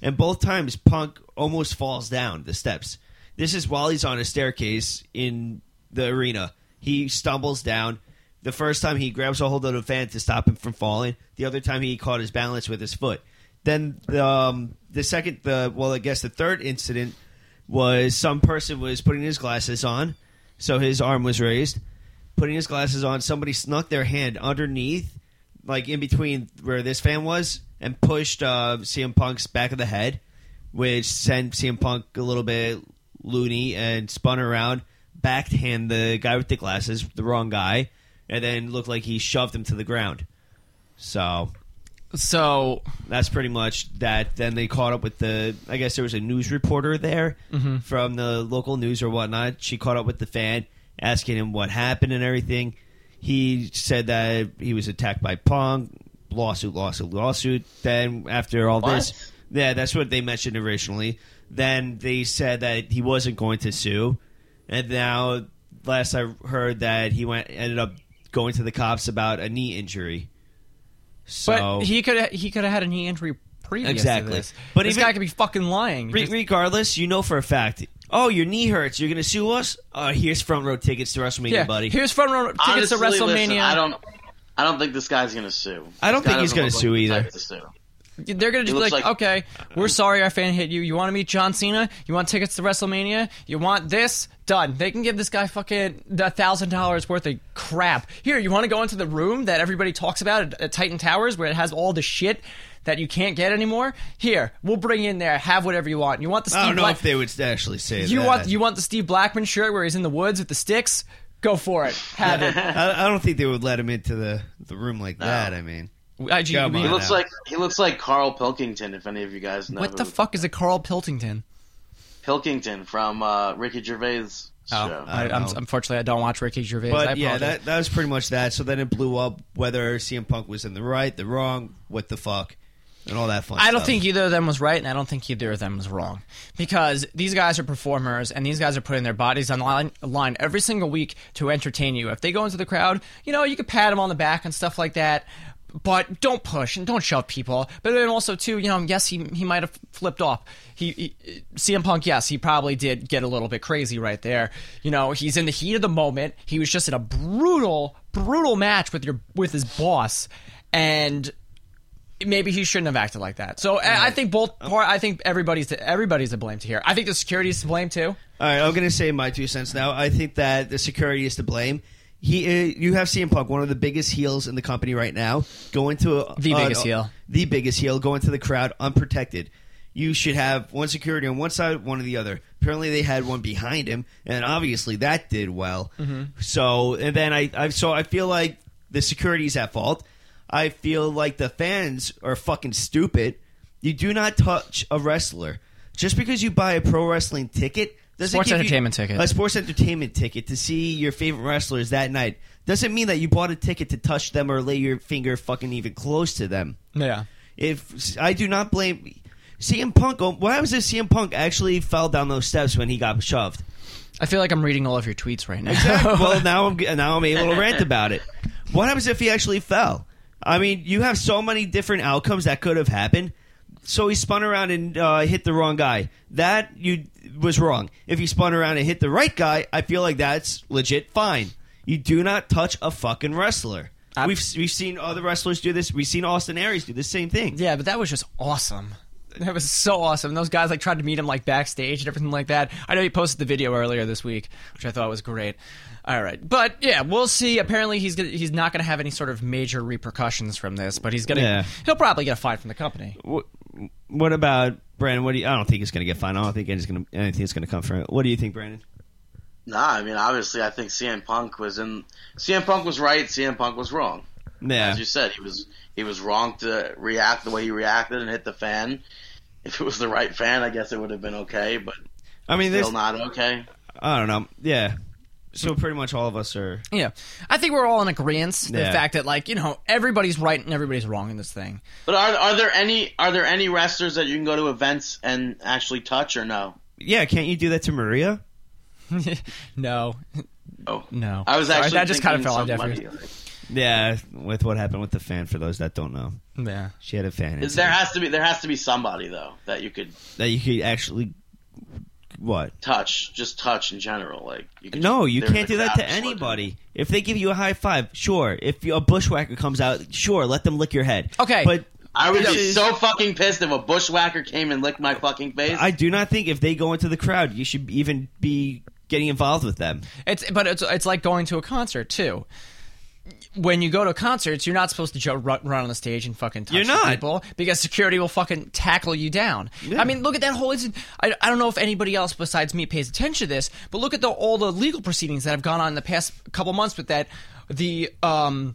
S5: And both times, Punk almost falls down the steps. This is while he's on a staircase in the arena. He stumbles down. The first time he grabs a hold of the fan to stop him from falling. The other time he caught his balance with his foot. Then the, um, the second, the well, I guess the third incident was some person was putting his glasses on, so his arm was raised, putting his glasses on. Somebody snuck their hand underneath, like in between where this fan was, and pushed uh, CM Punk's back of the head, which sent CM Punk a little bit loony and spun around, backhand the guy with the glasses, the wrong guy, and then looked like he shoved him to the ground. So
S4: so
S5: that's pretty much that. Then they caught up with the. I guess there was a news reporter there
S4: Mm-hmm.
S5: from the local news or whatnot. She caught up with the fan, asking him what happened and everything. He said that he was attacked by Pong. Lawsuit, lawsuit, lawsuit. Then after all this, yeah, that's what they mentioned originally. Then they said that he wasn't going to sue, and now last I heard that he went ended up going to the cops about a knee injury. So
S4: But he could he could have had a knee injury previous
S5: Exactly.
S4: to this. But
S5: But
S4: this
S5: even-
S4: guy could be fucking lying.
S5: Re-
S4: Just-
S5: regardless, you know for a fact. Oh, your knee hurts. You're gonna sue us. Uh, here's front row tickets to WrestleMania,
S4: yeah,
S5: buddy.
S4: here's front row tickets
S6: Honestly,
S4: to WrestleMania.
S6: Listen, I don't. I don't think this guy's gonna sue.
S5: I don't
S6: This guy
S5: think he's
S6: doesn't
S5: gonna
S6: look like
S5: sue
S6: the
S5: either.
S6: type to sue.
S4: They're gonna just
S6: It
S4: be like,
S6: looks like-
S4: okay, we're sorry, our fan hit you. You want to meet John Cena? You want tickets to WrestleMania? You want this? Done. They can give this guy fucking a thousand dollars worth of crap. Here, you want to go into the room that everybody talks about at, at Titan Towers, where it has all the shit that you can't get anymore? Here, we'll bring you in there. Have whatever you want. You want the Steve
S5: I don't know
S4: Black-
S5: if they would actually say
S4: you
S5: that.
S4: want you want the Steve Blackman shirt where he's in the woods with the sticks? Go for it. Have it.
S5: I, I don't think they would let him into the, the room like that. I mean,
S4: IG,
S5: Come
S4: we-
S5: on.
S6: He looks
S5: now.
S6: like he looks like Carl Pilkington. If any of you guys know
S4: what the
S6: who-
S4: fuck is a Carl Pilkington?
S6: Pilkington from uh, Ricky Gervais'
S5: Oh,
S6: show.
S4: I,
S5: don't
S4: I'm,
S5: know.
S4: unfortunately, I don't watch Ricky Gervais. I
S5: but yeah,
S4: apologize.
S5: that that was pretty much that. So then it blew up whether CM Punk was in the right, the wrong, what the fuck, and all that fun.
S4: I don't
S5: stuff.
S4: think either of them was right, and I don't think either of them was wrong because these guys are performers, and these guys are putting their bodies on line, line every single week to entertain you. If they go into the crowd, you know, you can pat them on the back and stuff like that. But don't push and don't shove people. But then also too, you know, yes, he he might have flipped off. He, he CM Punk, yes, he probably did get a little bit crazy right there. You know, he's in the heat of the moment. He was just in a brutal, brutal match with your with his boss, and maybe he shouldn't have acted like that. So I I think both
S5: Oh.
S4: part. I think everybody's to, everybody's to blame here. I think the security's to blame too.
S5: All right, I'm going to say my two cents now. I think that the security is to blame. He, uh, you have CM Punk, one of the biggest heels in the company right now, going to a,
S4: The
S5: uh,
S4: biggest heel.
S5: the biggest heel, going to the crowd unprotected. You should have one security on one side, one on the other. Apparently, they had one behind him, and obviously that did well.
S4: Mm-hmm.
S5: So, and then I, I, so I feel like the security's at fault. I feel like the fans are fucking stupid. You do not touch a wrestler just because you buy a pro wrestling ticket. Doesn't
S4: Sports
S5: give you-
S4: entertainment ticket.
S5: A sports entertainment ticket to see your favorite wrestlers that night doesn't mean that you bought a ticket to touch them or lay your finger fucking even close to them.
S4: Yeah.
S5: If I do not blame CM Punk, oh, why was it CM Punk actually fell down those steps when he got shoved?
S4: I feel like I'm reading all of your tweets right now.
S5: well, now I'm now I'm able to rant about it. What happens if he actually fell? I mean, you have so many different outcomes that could have happened. So he spun around and uh, hit the wrong guy. That you was wrong. If he spun around and hit the right guy, I feel like that's legit fine. You do not touch a fucking wrestler.
S4: I-
S5: we've we've seen other wrestlers do this. We've seen Austin Aries do the same thing.
S4: Yeah, but that was just awesome. That was so awesome. Those guys like tried to meet him like backstage and everything like that. I know you posted the video earlier this week, which I thought was great. All right, but yeah, we'll see. Apparently, he's gonna, he's not going to have any sort of major repercussions from this, but he's going to
S5: Yeah.
S4: he'll probably get a fine from the company.
S5: What, what about Brandon? What do you, I don't think he's going to get fined. I don't think anything's going to anything's going to come from it. What do you think, Brandon?
S6: Nah, I mean, obviously, I think CM Punk was in. CM Punk was right. CM Punk was wrong.
S5: Yeah,
S6: As you said, he was he was wrong to react the way he reacted and hit the fan. If it was the right fan, I guess it would have been okay, but
S5: I mean, this,
S6: still not okay.
S5: I don't know. Yeah. So pretty much all of us are.
S4: Yeah, I think we're all in agreement the
S5: Yeah.
S4: fact that like you know everybody's right and everybody's wrong in this thing.
S6: But are are there any are there any wrestlers that you can go to events and actually touch or no?
S5: Yeah, can't you do that to Maria?
S4: no,
S6: Oh.
S4: no,
S6: I was
S4: Sorry,
S6: actually
S4: that just kind of
S6: thinking
S4: fell off.
S6: somebody.
S5: Yeah, with what happened with the fan. For those that don't know,
S4: Yeah,
S5: she had a fan incident
S6: Is there has to be there has to be somebody though that you could
S5: that you could actually what?
S6: touch, just touch in general. Like you could
S5: No,
S6: just-
S5: you
S6: they're in
S5: can't
S6: the
S5: do that to
S6: crowd just looking.
S5: anybody. If they give you a high five, sure. If you, a bushwhacker comes out, sure, let them lick your head.
S4: Okay.
S5: but
S6: I would
S5: This
S6: be
S5: is-
S6: so fucking pissed if a bushwhacker came and licked my fucking face.
S5: I do not think if they go into the crowd, you should even be getting involved with them.
S4: It's but it's it's like going to a concert too. When you go to concerts, you're not supposed to jo- run, run on the stage and fucking touch
S5: You're
S4: the
S5: not.
S4: people because security will fucking tackle you down.
S5: Yeah.
S4: I mean, look at that whole. incident. I, I don't know if anybody else besides me pays attention to this, but look at the all the legal proceedings that have gone on in the past couple months with that the um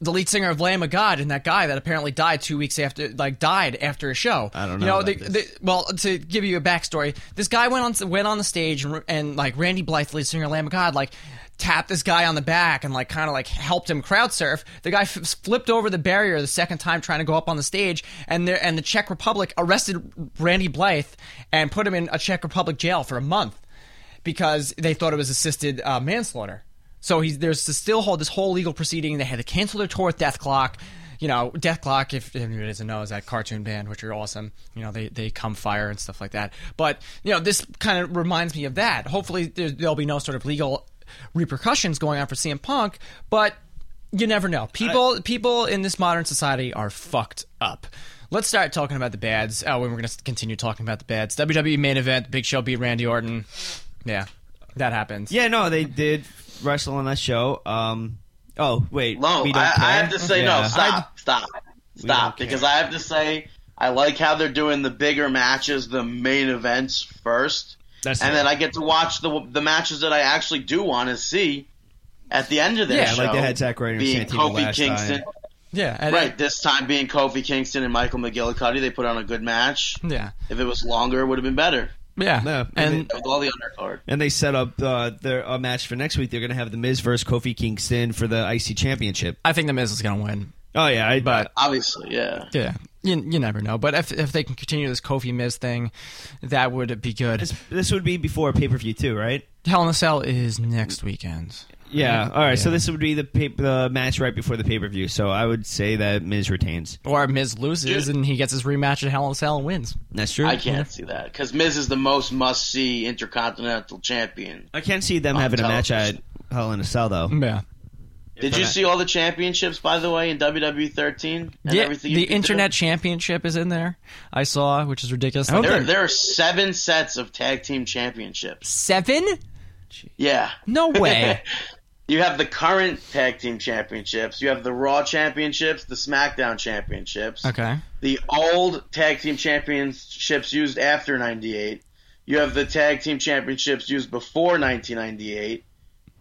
S4: the lead singer of Lamb of God and that guy that apparently died two weeks after, like died after a show.
S5: I don't
S4: You
S5: know
S4: know,
S5: about
S4: they,
S5: this.
S4: they- well, to give you a backstory, this guy went on went on the stage and, and like Randy Blythe, lead singer of Lamb of God, like tapped this guy on the back and like kind of like helped him crowd surf. The guy f- flipped over the barrier the second time trying to go up on the stage, and there and the Czech Republic arrested Randy Blythe and put him in a Czech Republic jail for a month because they thought it was assisted uh, manslaughter. So he's there's to still hold this whole legal proceeding. They had to cancel their tour with Death Clock. You know, Death Clock, if anybody doesn't know, is that cartoon band, which are awesome. You know, they, they come fire and stuff like that. But, you know, this kind of reminds me of that. Hopefully, there, there'll be no sort of legal repercussions going on for CM Punk, but you never know. People people in this modern society are fucked up. Let's start talking about the bads. Oh, and we're going to continue talking about the bads. WWE main event, Big Show beat Randy Orton. Yeah, that happened.
S5: Yeah, no, they did wrestle on that show. Um, oh wait,
S6: No,
S5: we don't
S6: I, I
S5: care?
S6: have to say
S5: Yeah.
S6: no. Stop, stop, stop.
S5: care.
S6: Because I have to say I like how they're doing the bigger matches, the main events first,
S5: That's
S6: and
S5: it.
S6: then I get to watch the the matches that I actually do want to see at the end of their
S4: Yeah,
S6: show.
S5: like they had Zack Ryder and
S6: being
S5: Santino
S6: Kofi
S5: last
S6: Kingston,
S5: time.
S4: Yeah, and-
S6: right? This time being Kofi Kingston and Michael McGillicuddy, they put on a good match.
S4: Yeah,
S6: If it was longer, it would have been better.
S4: yeah,
S5: No,
S4: and
S6: With all the undercard.
S5: And they set up uh, their a match for next week. They're going to have the Miz versus Kofi Kingston for the IC Championship.
S4: I think the Miz is gonna win.
S5: Oh yeah, I,
S4: But-
S6: Obviously, yeah.
S4: Yeah, you, you never know. But if if they can continue this Kofi Miz thing, that would be good.
S5: this, this would be before pay per view too, right?
S4: Hell in a Cell is next weekend.
S5: Yeah. All right. So this would be the pay, the match right before the pay per view. So I would say that Miz retains.
S4: Or Miz loses and he gets his rematch at Hell in a Cell and wins.
S5: That's true.
S6: I can't see that because Miz is the most must-see intercontinental champion.
S5: I can't see them
S6: On
S5: having a match
S6: television.
S5: at Hell in a Cell though.
S4: Yeah,
S6: Did you
S5: that.
S6: see all the championships, by the way, in WWE 13 and
S4: yeah.
S6: everything? you
S4: The
S6: could do?
S4: Internet Championship is in there. I saw, which is ridiculous.
S5: don't
S6: There, there are seven sets of tag team championships.
S4: Seven?
S6: Yeah,
S4: No way.
S6: you have the current tag team championships. You have the Raw championships, the SmackDown championships,
S4: okay.
S6: the old tag team championships used after '98. You have the tag team championships used before 1998,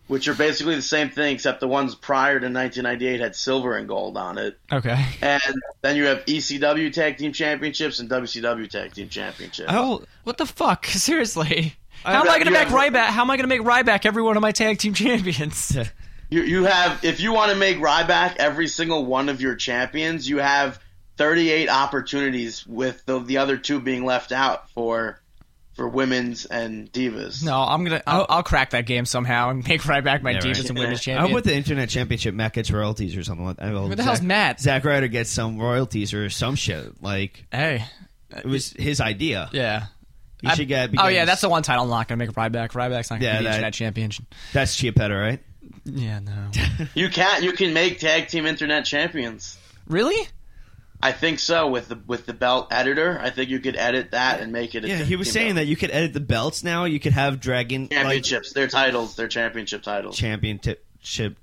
S6: which are basically the same thing, except the ones prior to 1998 had silver and gold on it.
S4: Okay.
S6: And then you have ECW tag team championships and WCW tag team championships.
S5: Oh,
S4: What the fuck? Seriously. How am
S6: bet
S4: I gonna
S6: you
S4: make
S6: have-
S4: Ryback? How am I gonna make Ryback every one of my tag team champions?
S6: You you have if you want to make Ryback every single one of your champions, you have 38 opportunities with the, the other two being left out for for women's and divas.
S4: no, I'm gonna.
S5: Oh.
S4: I'll, I'll crack that game somehow and make Ryback my
S5: Yeah,
S4: Divas
S5: right.
S4: and Women's
S5: I hope
S4: Champion.
S5: with Oh, the internet championship, Matt gets royalties or something. like that. Who
S4: the hell's Matt?
S5: Zack Ryder gets some royalties or some shit. Like
S4: hey,
S5: it was his idea.
S4: yeah.
S5: He
S4: I-
S5: should get.
S4: oh yeah,
S5: because
S4: that's the one title I'm not gonna make Ryback. Ryback's not gonna
S5: Yeah,
S4: be the
S5: that-
S4: internet champion.
S5: That's Chiapetta, right?
S4: Yeah, no.
S6: You can you can make tag team internet champions.
S4: really?
S6: I think so with the with the belt editor. I think you could edit that and make it. A
S5: Yeah, he was saying that you could edit the belts now. You could have Dragon like,
S6: championships, their titles, their championship titles.
S5: championship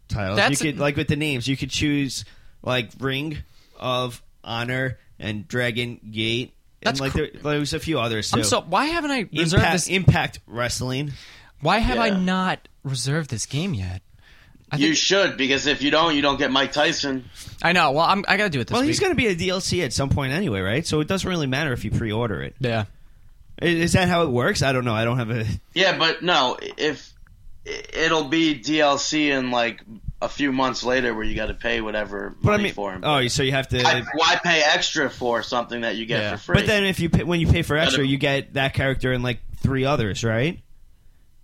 S5: titles.
S4: That's-
S5: you could like with the names, you could choose like Ring of Honor and Dragon Gate.
S4: That's
S5: and like
S4: cr-
S5: there, there was a few others too.
S4: I'm so. Why haven't I reserved
S5: Impact,
S4: this?
S5: Impact Wrestling.
S4: Why have I
S6: Yeah.
S4: not reserved this game yet? I
S6: you
S4: think,
S6: should because if you don't, you don't get Mike Tyson.
S4: I know. Well, I'm, I gotta do it this
S5: Well,
S4: week.
S5: he's going to be a DLC at some point anyway, right? So it doesn't really matter if you pre-order it.
S4: yeah.
S5: I- Is that how it works? I don't know. I don't have a.
S6: Yeah, but no, if it'll be DLC in like a few months later, where you got to pay whatever
S5: But I
S6: money
S5: mean,
S6: for him.
S5: oh, so you have
S6: why,
S5: to.
S6: why pay extra for something that you get
S4: Yeah.
S6: for free?
S5: But then if you pay, when you pay for extra,
S6: Gotta-
S5: you get that character and like three others, right?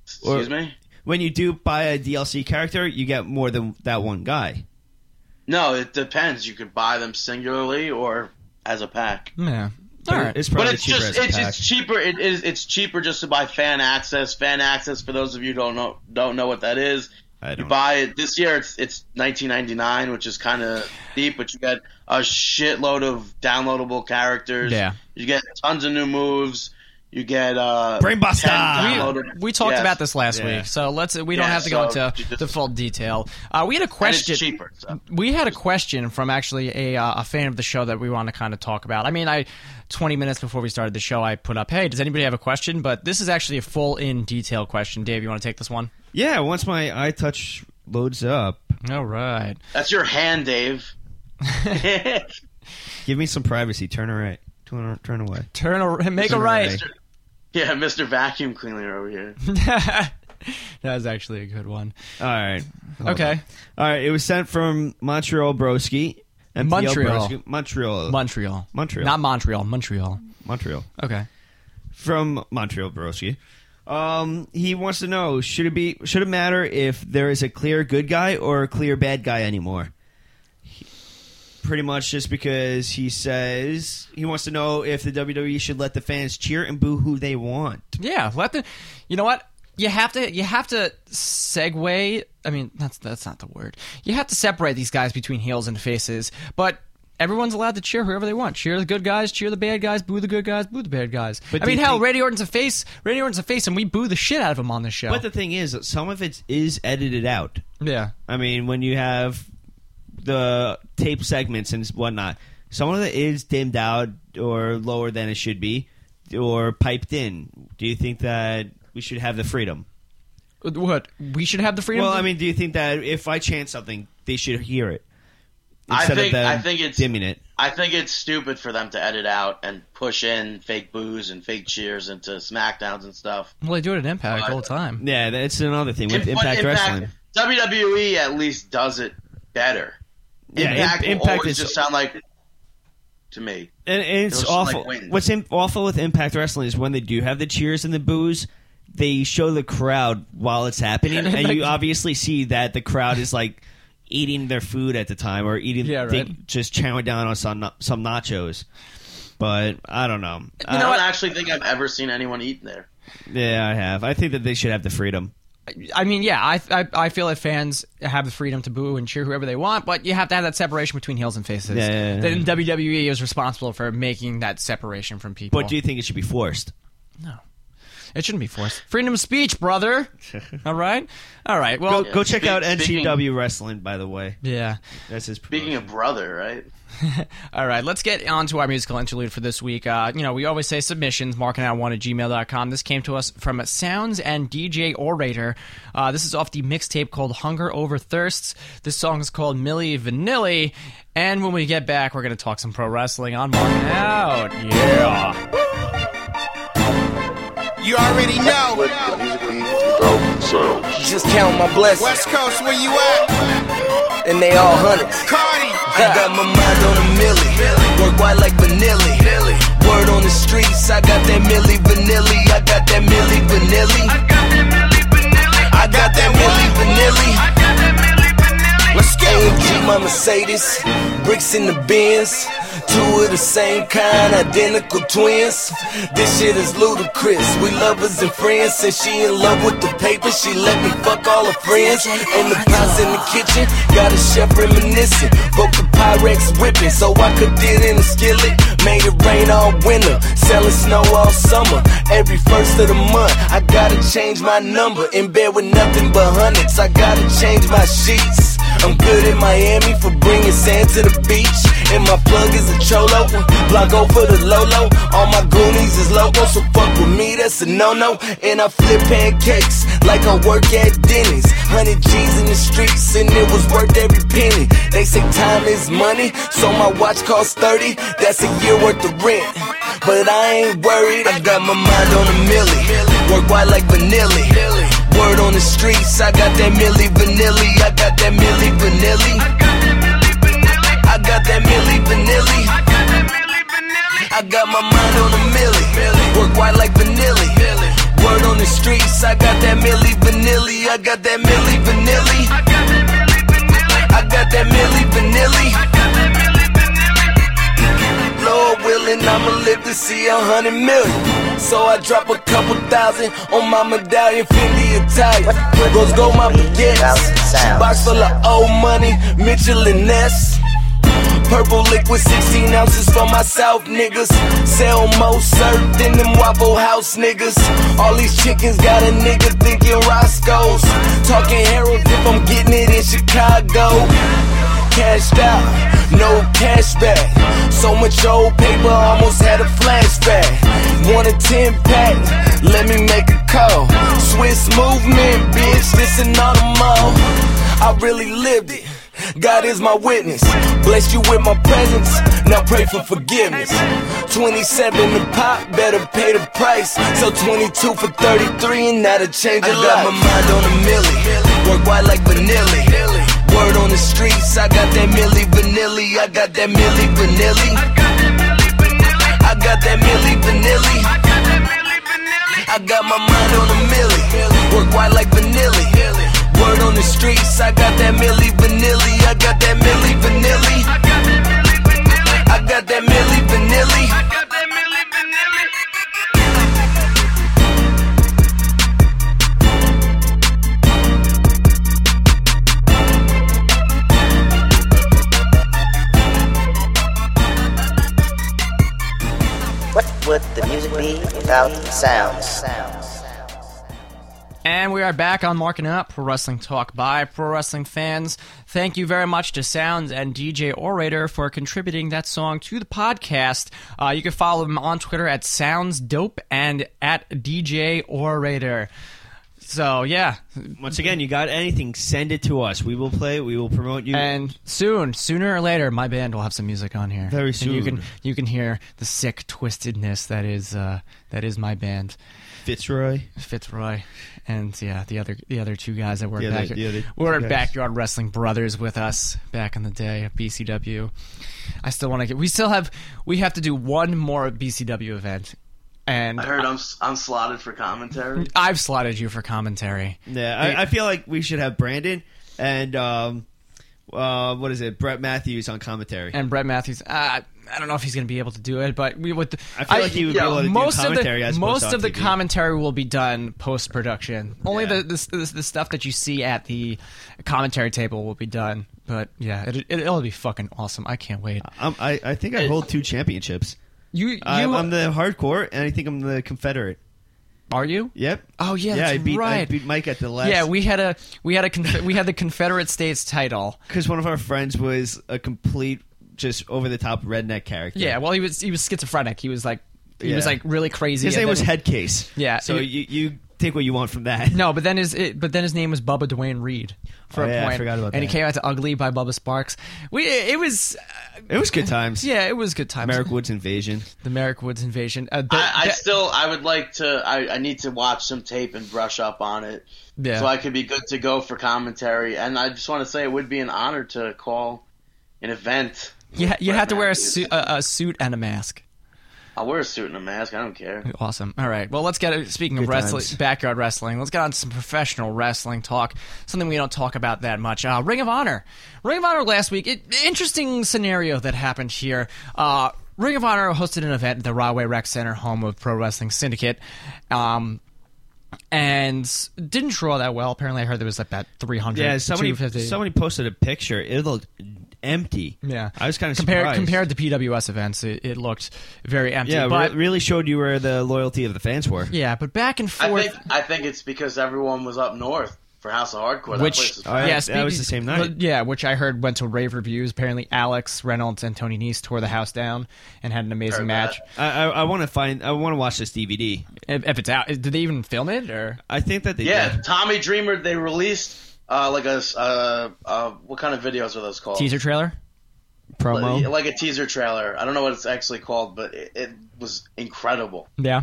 S6: excuse me.
S5: When you do buy a DLC character, you get more than that one guy.
S6: No, it depends. You could buy them singularly or as a pack.
S4: Yeah.
S5: But
S4: All right.
S5: It's
S6: But
S5: probably
S6: it's
S5: cheaper
S6: just
S5: as a
S6: it's,
S5: pack.
S6: it's cheaper. It is it's cheaper just to buy fan access. Fan access for those of you who don't know don't know what that is.
S5: I
S6: You
S5: don't.
S6: buy it this year. It's it's 19.99, which is kind of deep, but you get a shitload of downloadable characters.
S4: Yeah.
S6: you get tons of new moves. You get uh,
S5: Brainbuster!
S6: 10
S5: We-
S6: downloadable-
S4: we talked
S6: Yes.
S4: about this last
S5: Yeah.
S4: week, so let's. We don't
S6: Yeah,
S4: have to
S6: so
S4: go into
S6: just-
S4: the full detail. Uh, we had a
S6: And it's
S4: question.
S6: cheaper. so.
S4: We had a question from actually a, uh, a fan of the show that we want to kind of talk about. I mean, I 20 minutes before we started the show, I put up, "Hey, does anybody have a question?" But this is actually a full in detail question. Dave, you want to take this one?
S5: yeah, once my eye touch loads up,
S4: All right.
S6: That's your hand, Dave. yeah,
S5: give me some privacy. Turn right. Turn, turn away.
S4: Turn a make a right.
S6: Mr. Vacuum Cleaner over here.
S4: that was actually a good one.
S5: All right. Hold
S4: Okay.
S5: on. All right. It was sent from Montreal Broski. MTL
S4: Montreal.
S5: Broski. Montreal.
S4: Uh, Montreal.
S5: Montreal.
S4: Not Montreal, Montreal.
S5: Montreal.
S4: Okay.
S5: From Montreal Broski. Um, he wants to know should it be should it matter if there is a clear good guy or a clear bad guy anymore? He- Pretty much just because he says he wants to know if the WWE should let the fans cheer and boo who they want.
S4: Yeah, let the. You know what? You have to. You have to segue. I mean, that's that's not the word. You have to separate these guys between heels and faces. But everyone's allowed to cheer whoever they want. Cheer the good guys. Cheer the bad guys. Boo the good guys. Boo the bad guys.
S5: But
S4: I
S5: do
S4: mean,
S5: you
S4: hell,
S5: think-
S4: Randy Orton's a face. Randy Orton's a face, and we boo the shit out of him on this show.
S5: But the thing is, some of it is edited out.
S4: yeah.
S5: I mean, when you have the tape segments and whatnot, some of it is dimmed out or lower than it should be or piped in. Do you think that we should have the freedom?
S4: What? We should have the freedom.
S5: Well,
S4: to-
S5: I mean, do you think that if I chant something, they should hear it?
S6: I
S5: Instead
S6: think-
S5: of them
S6: I think it's-
S5: dimming it.
S6: I think it's stupid for them to edit out and push in fake boos and fake cheers into SmackDowns and stuff.
S4: well, they do it at Impact all the time.
S5: Yeah, that's another thing with
S6: But
S5: Impact Wrestling.
S6: WWE E at least does it better.
S5: Yeah,
S6: Impact,
S5: Im-
S6: will
S5: Impact
S6: always
S5: is-
S6: just sound like to me.
S5: And, and it's
S6: Those, like,
S5: awful.
S6: wins.
S5: What's in, awful with Impact Wrestling is when they do have the cheers and the boos, they show the crowd while it's happening, and you obviously see that the crowd is like eating their food at the time or eating,
S4: Yeah,
S5: they
S4: right.
S5: just chowing down on some some nachos. But I don't know.
S6: I
S5: I-
S6: don't actually think I've ever seen anyone eat there.
S5: yeah, I have. I think that they should have the freedom.
S4: I mean, yeah, I, I I feel that fans have the freedom to boo and cheer whoever they want, but you have to have that separation between heels and faces.
S5: Yeah, yeah, yeah.
S4: Then E WWE is responsible for making that separation from people.
S5: But do you think it should be forced?
S4: no, It shouldn't be forced. Freedom of speech, brother. All right, all right. Well,
S5: Go, go check
S6: Speak-
S5: out
S6: speaking-
S5: NCW Wrestling, by the way.
S4: yeah.
S5: That's his.
S6: Speaking of brother, right?
S4: All right, let's get on to our musical interlude for this week. Uh, you know, we always say submissions, marking out one at gmail.com. This came to us from Sounds and DJ Orator. Uh, this is off the mixtape called Hunger Over Thirsts. This song is called Millie Vanilli. And when we get back, we're going to talk some pro wrestling on Marking Out. Yeah.
S2: You already know. Just count my blessings.
S7: West Coast, where you at?
S2: And they all hundreds.
S7: Cardi.
S2: I got my mind on a milli. Work wide like vanilli. Word on the streets, I got that milli vanilli. I got that milli vanilli. I got that milli vanilli.
S7: Let's go.
S2: AMG, my Mercedes, bricks in the bins. Two of the same kind, identical twins. This shit is ludicrous. We lovers and friends. Since she in love with the paper, she let me fuck all her friends. And the pots in the kitchen, got a chef reminiscing. Broke the Pyrex whipping, so I cooked it in a skillet. Made it rain all winter, selling snow all summer. Every first of the month, I gotta change my number. In bed with nothing but hundreds, I gotta change my sheets. I'm good in Miami for bringing sand to the beach. And my plug is a cholo. Blanco for the Lolo. All my goonies is loco, so fuck with me, that's a no no. And I flip pancakes like I work at Denny's. 100 G's in the streets, and it was worth every penny. They say time is money, so my watch costs 30. That's a year worth of rent. But I ain't worried, I got my mind on a milli. Work wide like vanilla. Word on the streets, I got that Milli Vanilli. I got that Milli Vanilli. I got that Milli Vanilli. I got my mind on a Milli. Work white like Vanilli. Word on the streets, I got that Milli Vanilli. I got that Milli Vanilli. I got that Milli Vanilli. Lord willing, I'ma live to see a hundred million. So I drop a couple thousand on my medallion, Fendi attire. Goes go my baguettes. Box full of old money, Mitchell and Ness. Purple liquid, 16 ounces for my South niggas. Sell more served than them Waffle House niggas. All these chickens got a nigga thinking Roscoe's. Talking Harold if I'm getting it in Chicago cashed out, no cash back. So much old paper, almost had a flashback. Want a 10 pack, let me make a call. Swiss movement, bitch, this an automobile. I really lived it. God is my witness. Bless you with my presence. Now pray for forgiveness. 27 to pop, better pay the price. So 22 for 33, and that'll change your life. I got my mind on a milli. Work wide like vanilla. Word on the streets, I got that Milli Vanilli. I got that Milli Vanilli. I got that Milli Vanilli. I got my mind on a Milli. Work wide like Vanilli. Word on the streets, I got that Milli Vanilli. I got that Milli Vanilli. I got that Milli Vanilli.
S8: What would the music be without sounds? sounds.
S4: And we are back on Marking Up, Pro Wrestling Talk by Pro Wrestling Fans. Thank you very much to Sounds and DJ Orator for contributing that song to the podcast. Uh, you can follow them on Twitter at SoundsDope and at DJ Orator. So, yeah.
S5: once again, you got anything? Send it to us. We will play. it, We will promote you.
S4: And soon, sooner or later, my band will have some music on here.
S5: Very
S4: And you can
S5: soon.
S4: you can hear the sick twistedness that is uh, that is my band.
S5: Fitzroy.
S4: Fitzroy, and yeah, the other the other two guys that were
S5: The other-
S4: back
S5: the other two
S4: were
S5: guys.
S4: backyard wrestling brothers with us back in the day at BCW. I still want to get. We still have. We have to do one more BCW event, and
S6: I heard I'm I'm slotted for commentary.
S4: I've slotted you for commentary.
S5: Yeah, I, I feel like we should have Brandon and um, uh, what is it? Brett Matthews on commentary.
S4: And Brett Matthews, uh, I don't know if he's going to be able to do it, but we would.
S5: I feel like he would be
S6: yeah,
S5: able to
S4: most
S5: do
S4: of
S5: commentary
S4: the
S5: as opposed
S4: most
S5: to
S4: of the
S5: TV.
S4: commentary will be done post production. Only
S5: Yeah.
S4: the, the, the the stuff that you see at the commentary table will be done. But yeah, it, it, it'll be fucking awesome. I can't wait.
S5: I'm, I, I think I hold two championships.
S4: You you
S5: Uh, I'm, I'm the hardcore, and I think I'm the Confederate.
S4: Are you?
S5: Yep.
S4: Oh, yeah,
S5: Yeah,
S4: that's
S5: I beat I
S4: right.
S5: beat Mike at the last.
S4: Yeah, we had a we had a conf- we had the Confederate States title.
S5: because one of our friends was a complete, just over the top redneck character.
S4: Yeah, well, he was he was schizophrenic. He was like he was
S5: Yeah.
S4: like really crazy.
S5: his
S4: and
S5: name
S4: then-
S5: was Headcase.
S4: Yeah,
S5: So
S4: it-
S5: you you take what you want from that.
S4: No, but then his it, but then his name was Bubba Dwayne Reed for
S5: Oh,
S4: a
S5: yeah, I
S4: point,
S5: forgot about
S4: and he
S5: that.
S4: came out to Ugly by Bubba Sparks. We it was
S5: it was good times.
S4: yeah, it was good times.
S5: Merrick Woods invasion.
S4: the Merrick Woods invasion. Uh, but-
S6: I, I
S4: that-
S6: still I would like to I, I need to watch some tape and brush up on it
S4: yeah.
S6: so I could be good to go for commentary. And I just want to say it would be an honor to call an event.
S4: you ha- you had to wear a
S6: Matthews.
S4: suit a, a suit and a mask.
S6: I'll wear a suit and a mask. I don't care.
S4: Awesome. All right. Well, let's get speaking of
S5: Good
S4: wrestling,
S5: times.
S4: backyard wrestling. Let's get on to some professional wrestling talk. Something we don't talk about that much. Uh, Ring of Honor. Ring of Honor last week. It, interesting scenario that happened here. Uh, Ring of Honor hosted an event at the Rahway Rec Center, home of Pro Wrestling Syndicate. Um, and didn't draw that well. Apparently, I heard there was like that 300.
S5: Yeah, somebody
S4: 250.
S5: somebody posted a picture. It looked empty.
S4: Yeah,
S5: I was kind of
S4: compared
S5: surprised.
S4: compared to PWS events. It, it looked very empty.
S5: Yeah,
S4: but
S5: re- really showed you where the loyalty of the fans were.
S4: yeah, but back and
S6: I
S4: forth.
S6: think I think it's because everyone was up north for House of Hardcore. That place
S4: which
S6: is
S5: Oh, yeah,
S4: yeah,
S5: that was the same night.
S4: but- Yeah, which I heard went to rave reviews. Apparently, Alex Reynolds and Tony Nese tore the house down and had an amazing
S6: Heard
S4: match.
S5: I, I, I want to find. I want to watch this DVD.
S4: If, if it's out, did they even film it or?
S5: I think that they
S6: yeah.
S5: did.
S6: Tommy Dreamer they released uh, like a s- uh, uh, what kind of videos are those called?
S4: Teaser trailer.
S5: promo.
S6: Like, like a teaser trailer. I don't know what it's actually called, but it, it was incredible.
S4: Yeah.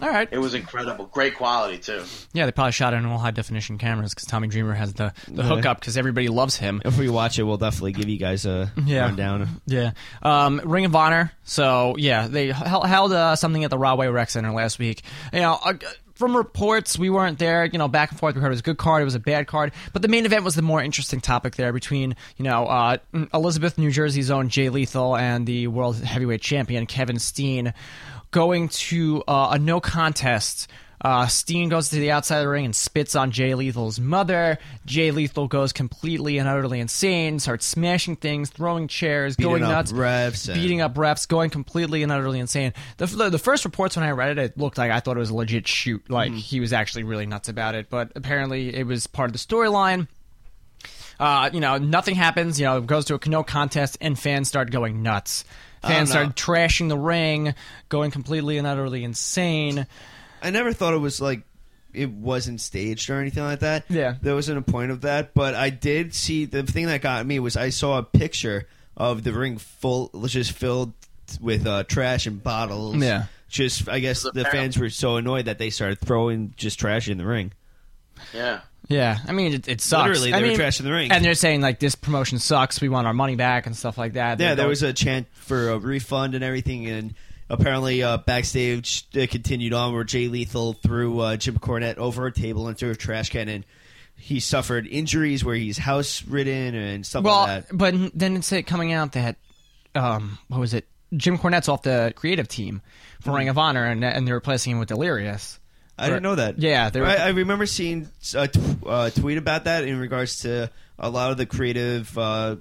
S4: All right.
S6: It was incredible. Great quality too.
S4: Yeah, they probably shot it in all high definition cameras because Tommy Dreamer has the the hookup because everybody loves him.
S5: if we watch it, we'll definitely give you guys a
S4: Yeah.
S5: rundown.
S4: Yeah. Um, Ring of Honor. So yeah, they hel- held uh, something at the Rahway Rec Center last week. You know. Uh, from reports, we weren't there. You know, back and forth. We heard it was a good card, it was a bad card, but the main event was the more interesting topic there between you know uh, Elizabeth, New Jersey's own Jay Lethal, and the world heavyweight champion Kevin Steen, going to uh, a no contest uh, Steen goes to the outside of the ring and spits on Jay Lethal's mother. Jay Lethal goes completely and utterly insane, starts smashing things, throwing chairs, going
S5: up
S4: nuts,
S5: refs and-
S4: beating up refs, going completely and utterly insane. The, the, the first reports when I read it, it looked like I thought it was a legit shoot. Like
S5: Mm-hmm.
S4: he was actually really nuts about it, but apparently it was part of the storyline. Uh, you know, nothing happens. You know, it goes to a no contest, and fans start going nuts. Fans
S5: Oh, no.
S4: start trashing the ring, going completely and utterly insane.
S5: I never thought it was like it wasn't staged or anything like that.
S4: Yeah.
S5: there wasn't a point of that. But I did see the thing that got me was I saw a picture of the ring full, just filled with uh, trash and bottles.
S4: Yeah.
S5: Just, I guess the fans were so annoyed that they started throwing just trash in the ring.
S6: Yeah.
S4: Yeah, I mean, it, it sucks.
S5: Literally,
S4: I
S5: they were
S4: mean,
S5: trashing the ring.
S4: and they're saying like this promotion sucks. We want our money back and stuff like that. They're
S5: Yeah, there
S4: going-
S5: was a chant for a refund and everything, and apparently uh, backstage it continued on where Jay Lethal threw uh, Jim Cornette over a table and through a trash can, and he suffered injuries where he's house ridden and stuff
S4: well,
S5: like that.
S4: but then it's it coming out that um, what was it? Jim Cornette's off the creative team
S5: Hmm.
S4: for Ring of Honor, and and they're replacing him with Delirious.
S5: I didn't know that.
S4: Yeah, they were-
S5: I, I remember seeing a t- uh, tweet about that in regards to a lot of the creative uh,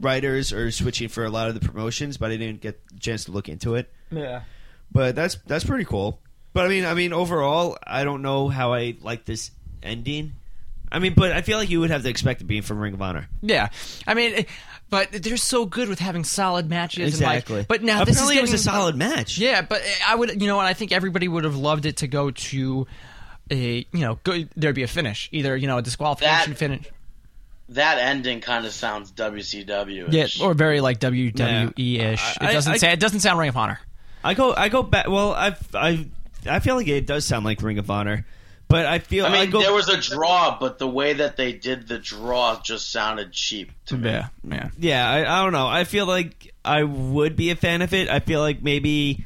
S5: writers are switching for a lot of the promotions, but I didn't get a chance to look into it.
S4: Yeah.
S5: but that's that's pretty cool. But I mean, I mean, overall, I don't know how I like this ending. I mean, but I feel like you would have to expect it being from Ring of Honor.
S4: Yeah, I mean, it- but they're so good with having solid matches. And like, but now
S5: apparently
S4: this is
S5: it was a
S4: getting-
S5: solid match.
S4: Yeah, but I would, you know, and I think everybody would have loved it to go to a, you know, go, there'd be a finish, either you know, a disqualification
S6: That-
S4: finish.
S6: That ending kind of sounds WCW.
S4: Yeah, or very like WWE ish.
S5: Yeah.
S4: It doesn't
S5: I- I-
S4: say it doesn't sound Ring of Honor.
S5: I go, I go back. Well, I, I, I feel like it does sound like Ring of Honor, but I feel
S6: I mean,
S5: go,
S6: there was a draw, but the way that they did the draw just sounded cheap. To me.
S4: Yeah, yeah.
S5: yeah, I, I don't know. I feel like I would be a fan of it. I feel like maybe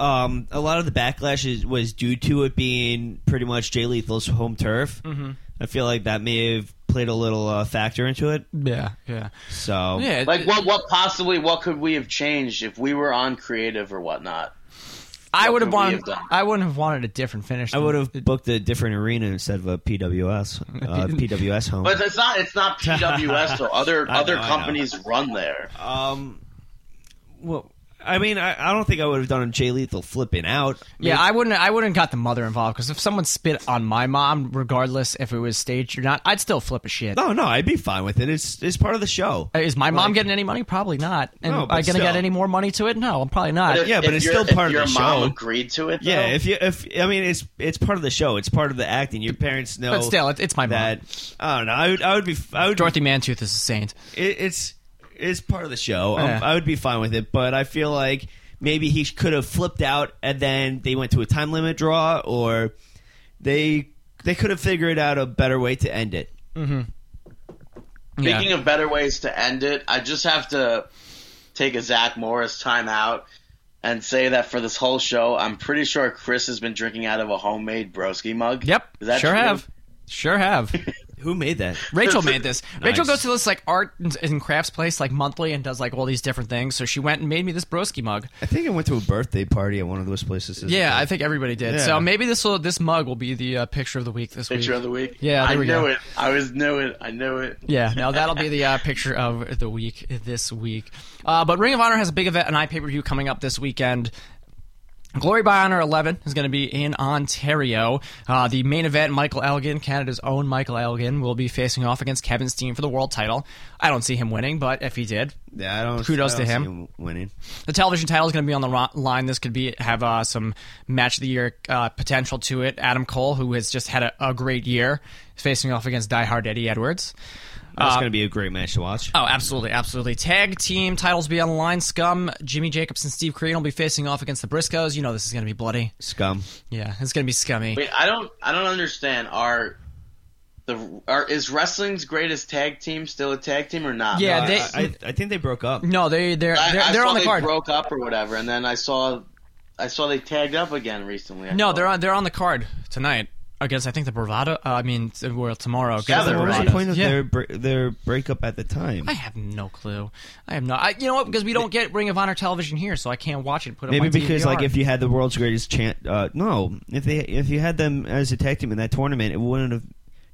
S5: um, a lot of the backlash is, was due to it being pretty much Jay Lethal's home turf. Mm-hmm. I feel like that may have played a little uh, factor into it.
S4: Yeah, yeah,
S5: So
S4: yeah. it-
S6: Like, what? What possibly? What could we have changed if we were on creative or whatnot?
S4: I would have
S6: what
S4: wanted.
S6: could we have done?
S4: I wouldn't have wanted a different finish.
S5: I
S4: than-
S5: would have booked a different arena instead of a PWS uh, PWS home.
S6: But it's not. It's not PWS. So other
S5: I
S6: other
S5: know, I know.
S6: companies run there.
S5: um, well, I mean, I, I don't think I would have done Jay Lethal flipping out.
S4: Yeah, I wouldn't. I wouldn't got the mother involved because if someone spit on my mom, regardless if it was staged or not, I'd still flip a shit.
S5: No, no, I'd be fine with it. It's it's part of the show.
S4: Is my mom getting any money? Probably not. And
S5: No,
S4: am I
S5: but
S4: going to get
S5: still.
S4: any more money to it? No, I'm probably not.
S5: yeah, but
S6: If
S5: it's
S6: your-
S5: still part
S6: if
S5: of
S6: your
S5: the
S6: mom
S5: show.
S6: agreed to it.
S5: Yeah,
S6: though,
S5: if you if I mean it's it's part of the show. It's part of the acting. Your parents know.
S4: But still, it- it's my mom.
S5: that. I don't know. I would I would be I would
S4: Dorothy Mantooth is a saint.
S5: it, it's it's part of the show. Um,
S4: Yeah.
S5: I would be fine with it, but I feel like maybe he could have flipped out, and then they went to a time limit draw, or they they could have figured out a better way to end it.
S4: Yeah.
S6: Speaking of better ways to end it, I just have to take a Zach Morris timeout and say that for this whole show, I'm pretty sure Chris has been drinking out of a homemade broski mug.
S4: Yep.
S6: Is that
S4: sure
S6: true?
S4: have. Sure have.
S5: Who made that?
S4: Rachel made this. Rachel
S5: Nice.
S4: goes to this like art and, and crafts place like monthly and does like all these different things. So she went and made me this broski mug.
S5: I think I went to a birthday party at one of those places.
S4: Yeah, I think everybody did.
S5: Yeah.
S4: So maybe this will this mug will be the uh, picture of the week this
S6: Picture
S4: week.
S6: of the week.
S4: Yeah, there
S6: I
S4: we
S6: knew
S4: go.
S6: it. I was knew it. I knew it.
S4: Yeah, no, that'll be the uh, picture of the week this week. Uh, but Ring of Honor has a big event, an pay per view coming up this weekend. Glory by Honor 11 is going to be in Ontario. Uh, the main event, Michael Elgin, Canada's own Michael Elgin, will be facing off against Kevin Steen for the world title. I don't see him winning, but if he did,
S5: Yeah, I don't.
S4: Kudos
S5: I don't
S4: to him.
S5: see winning.
S4: the television title is going to be on the ro- line. This could be have uh, some match of the year uh, potential to it. Adam Cole, who has just had a, a great year, is facing off against diehard Eddie Edwards. Uh,
S5: That's going to be a great match to watch.
S4: Oh, absolutely, absolutely. Tag team titles be on the line. Scum, Jimmy Jacobs, and Steve Crean will be facing off against the Briscoes. You know this is going to be bloody.
S5: Scum.
S4: Yeah, it's going to be scummy.
S6: Wait, I don't. I don't understand. Are the are is wrestling's greatest tag team still a tag team or not?
S4: Yeah,
S5: I-
S4: they-
S5: I, I think they broke up.
S4: No, they they're
S6: I,
S4: they're,
S6: I
S4: they're
S6: saw
S4: on the
S6: they
S4: card.
S6: broke up or whatever, and then I saw, I saw they tagged up again recently. I
S4: no,
S6: thought.
S4: they're on they're on the card tonight against I think the Bravado. Uh, I mean, t- well tomorrow. against
S6: Yeah,
S4: the
S6: they're
S5: What was
S6: right.
S5: the
S4: Bravados.
S5: point of
S4: Yeah.
S5: their bre- their breakup at the time?
S4: I have no clue. I have no. I, you know what? Because we don't get Ring of Honor television here, so I can't watch it. Put it
S5: Maybe
S4: on my
S5: because
S4: DVR.
S5: like if you had the world's greatest chant, uh, no, if they if you had them as a tag team in that tournament, it wouldn't have.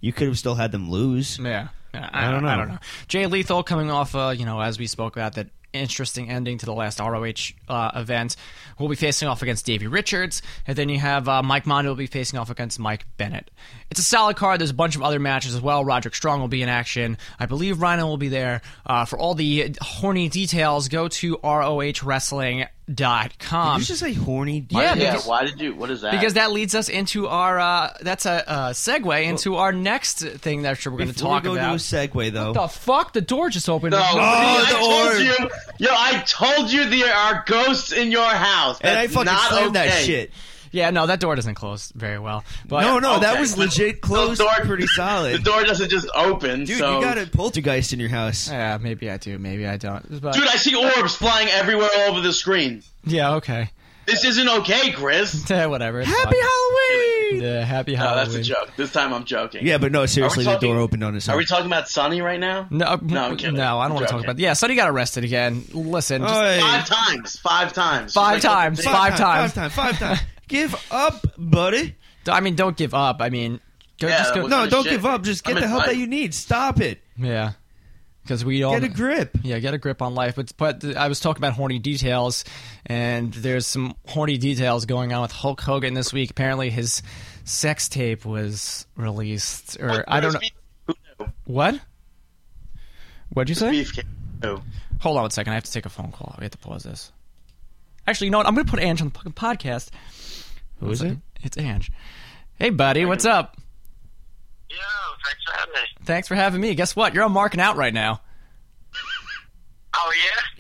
S5: You could have still had them lose.
S4: Yeah, I,
S5: I don't
S4: I
S5: know.
S4: don't know. Jay Lethal coming off, uh, you know, as we spoke about that interesting ending to the last ROH uh, event. We'll be facing off against Davey Richards, and then you have uh, Mike Mondo will be facing off against Mike Bennett. It's a solid card. There's a bunch of other matches as well. Roderick Strong will be in action. I believe Rhino will be there. Uh, for all the horny details, go to rohwrestling.com.
S5: Did you just say horny?
S4: yeah,
S6: Yeah,
S4: because-
S6: why did you? What is that?
S4: because that leads us into our uh, that's a uh, segue into our next thing that we're going to
S5: Before
S4: talk
S5: we go
S4: about.
S5: to a segue though.
S4: The fuck? The door just opened.
S6: No,
S5: Oh, the
S6: I
S5: orb.
S6: told you, yo, I told you there are ghosts in your house.
S5: and I
S6: That's
S5: fucking
S6: not
S5: slammed that
S6: okay.
S5: shit.
S4: Yeah, no, that door doesn't close very well. But
S5: No, no, that
S6: okay.
S5: was legit closed,
S6: door-
S5: pretty solid.
S6: The door doesn't just open.
S5: Dude,
S6: so.
S5: you got a poltergeist in your house.
S4: Yeah, maybe I do, maybe I don't. But,
S6: Dude, I see orbs flying everywhere all over the screen.
S4: yeah, okay.
S6: This isn't okay, Chris.
S4: Eh, whatever. It's
S5: Happy
S4: fine.
S5: Halloween.
S4: Yeah, happy
S6: No,
S4: Halloween.
S6: that's a joke. This time I'm joking.
S5: Yeah, but no, seriously, the
S6: talking-
S5: door opened on us.
S6: Are we talking about Sunny right now?
S4: No, uh,
S6: No, I'm kidding. Oh,
S4: no, I
S6: I'm
S4: don't want to talk
S6: joking.
S4: about. Yeah, Sonny got arrested again. Listen, just,
S6: Five times. Five times.
S4: Five
S6: Just like-
S4: times. five times.
S5: Five times. Five times. Give up, buddy.
S4: I mean, don't give up. I mean, go,
S6: Yeah,
S4: just go.
S6: that
S5: No,
S6: Holy
S5: don't
S6: shit.
S5: give up. Just
S6: I'm
S5: get the help that
S6: invited.
S5: you need. Stop it.
S4: yeah, because we all
S5: Get a grip.
S4: Yeah, get a grip on life. But but I was talking about horny details, and there's some horny details going on with Hulk Hogan this week. Apparently, his sex tape was released, or I don't know what. What'd you say?
S6: Beefcake. No.
S4: Hold on one second. I have to take a phone call. We have to pause this. Actually, you know what? I'm going to put Ange on the fucking podcast. Who is it? It's Ange. Hey, buddy, what's up?
S7: Yo, thanks for having me.
S4: Thanks for having me. Guess what? You're on marking out right now.
S7: Oh,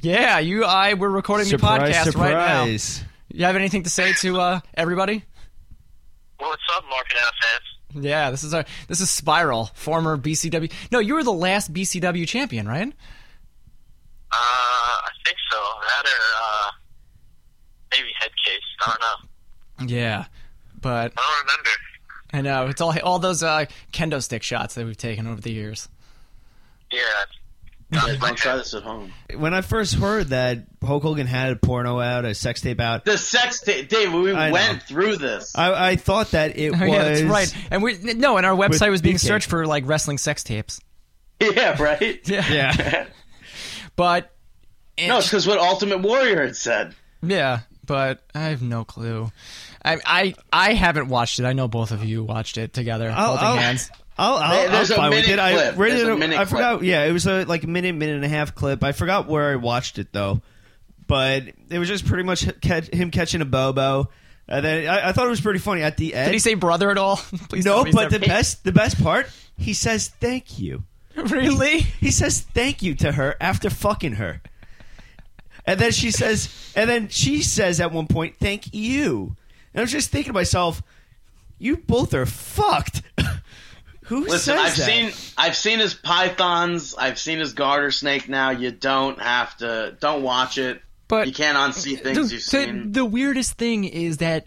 S7: yeah?
S4: Yeah, you, I, we're recording the podcast right now. You have anything to say to uh, everybody?
S7: Well, what's up, marking out fans?
S4: Yeah, this is our this is Spiral, former BCW. No, you were the last BCW champion, right?
S7: Uh, I think so. That or, uh, maybe head case. I don't know.
S4: Yeah, but
S7: I don't remember.
S4: I know it's all all those uh, kendo stick shots that we've taken over the years.
S7: Yeah. That was my
S6: Don't try
S7: bad.
S6: this at home.
S5: When I first heard that Hulk Hogan had a porno out, a sex tape out,
S6: The sex tape, Dave. We
S5: I know.
S6: went through this.
S5: I, I thought that it was
S4: yeah, that's right. And we no, and our website was being
S5: BK.
S4: searched for like wrestling sex tapes.
S6: yeah, right.
S4: Yeah, but
S6: No, it's because what Ultimate Warrior had said.
S4: Yeah, but I have no clue. I I I haven't watched it. I know both of you watched it together,
S5: I'll,
S4: holding
S5: I'll,
S4: hands.
S5: I'll, I'll, I'll
S6: There's a
S5: fine with
S6: minute
S5: it. I
S6: clip.
S5: rated
S6: There's a
S5: it-
S6: minute
S5: I forgot. Yeah, it was a like minute, minute and a half clip. I forgot where I watched it though, but it was just pretty much catch, him catching a bobo. And then I, I thought it was pretty funny at the end.
S4: Did he say brother at all? Please tell
S5: no?
S4: me he
S5: But the
S4: said-
S5: best, the best part, he says thank you.
S4: really?
S5: He says thank you to her after fucking her. And then she says, and then she says at one point, thank you. And I was just thinking to myself, you both are fucked. Who
S6: Listen,
S5: says
S6: I've
S5: that?
S6: seen I've seen his pythons, I've seen his garter snake. Now you don't have to don't watch it.
S4: But- uh,
S6: you can't unsee
S4: the,
S6: things you've
S4: the-
S6: seen.
S4: the weirdest thing is that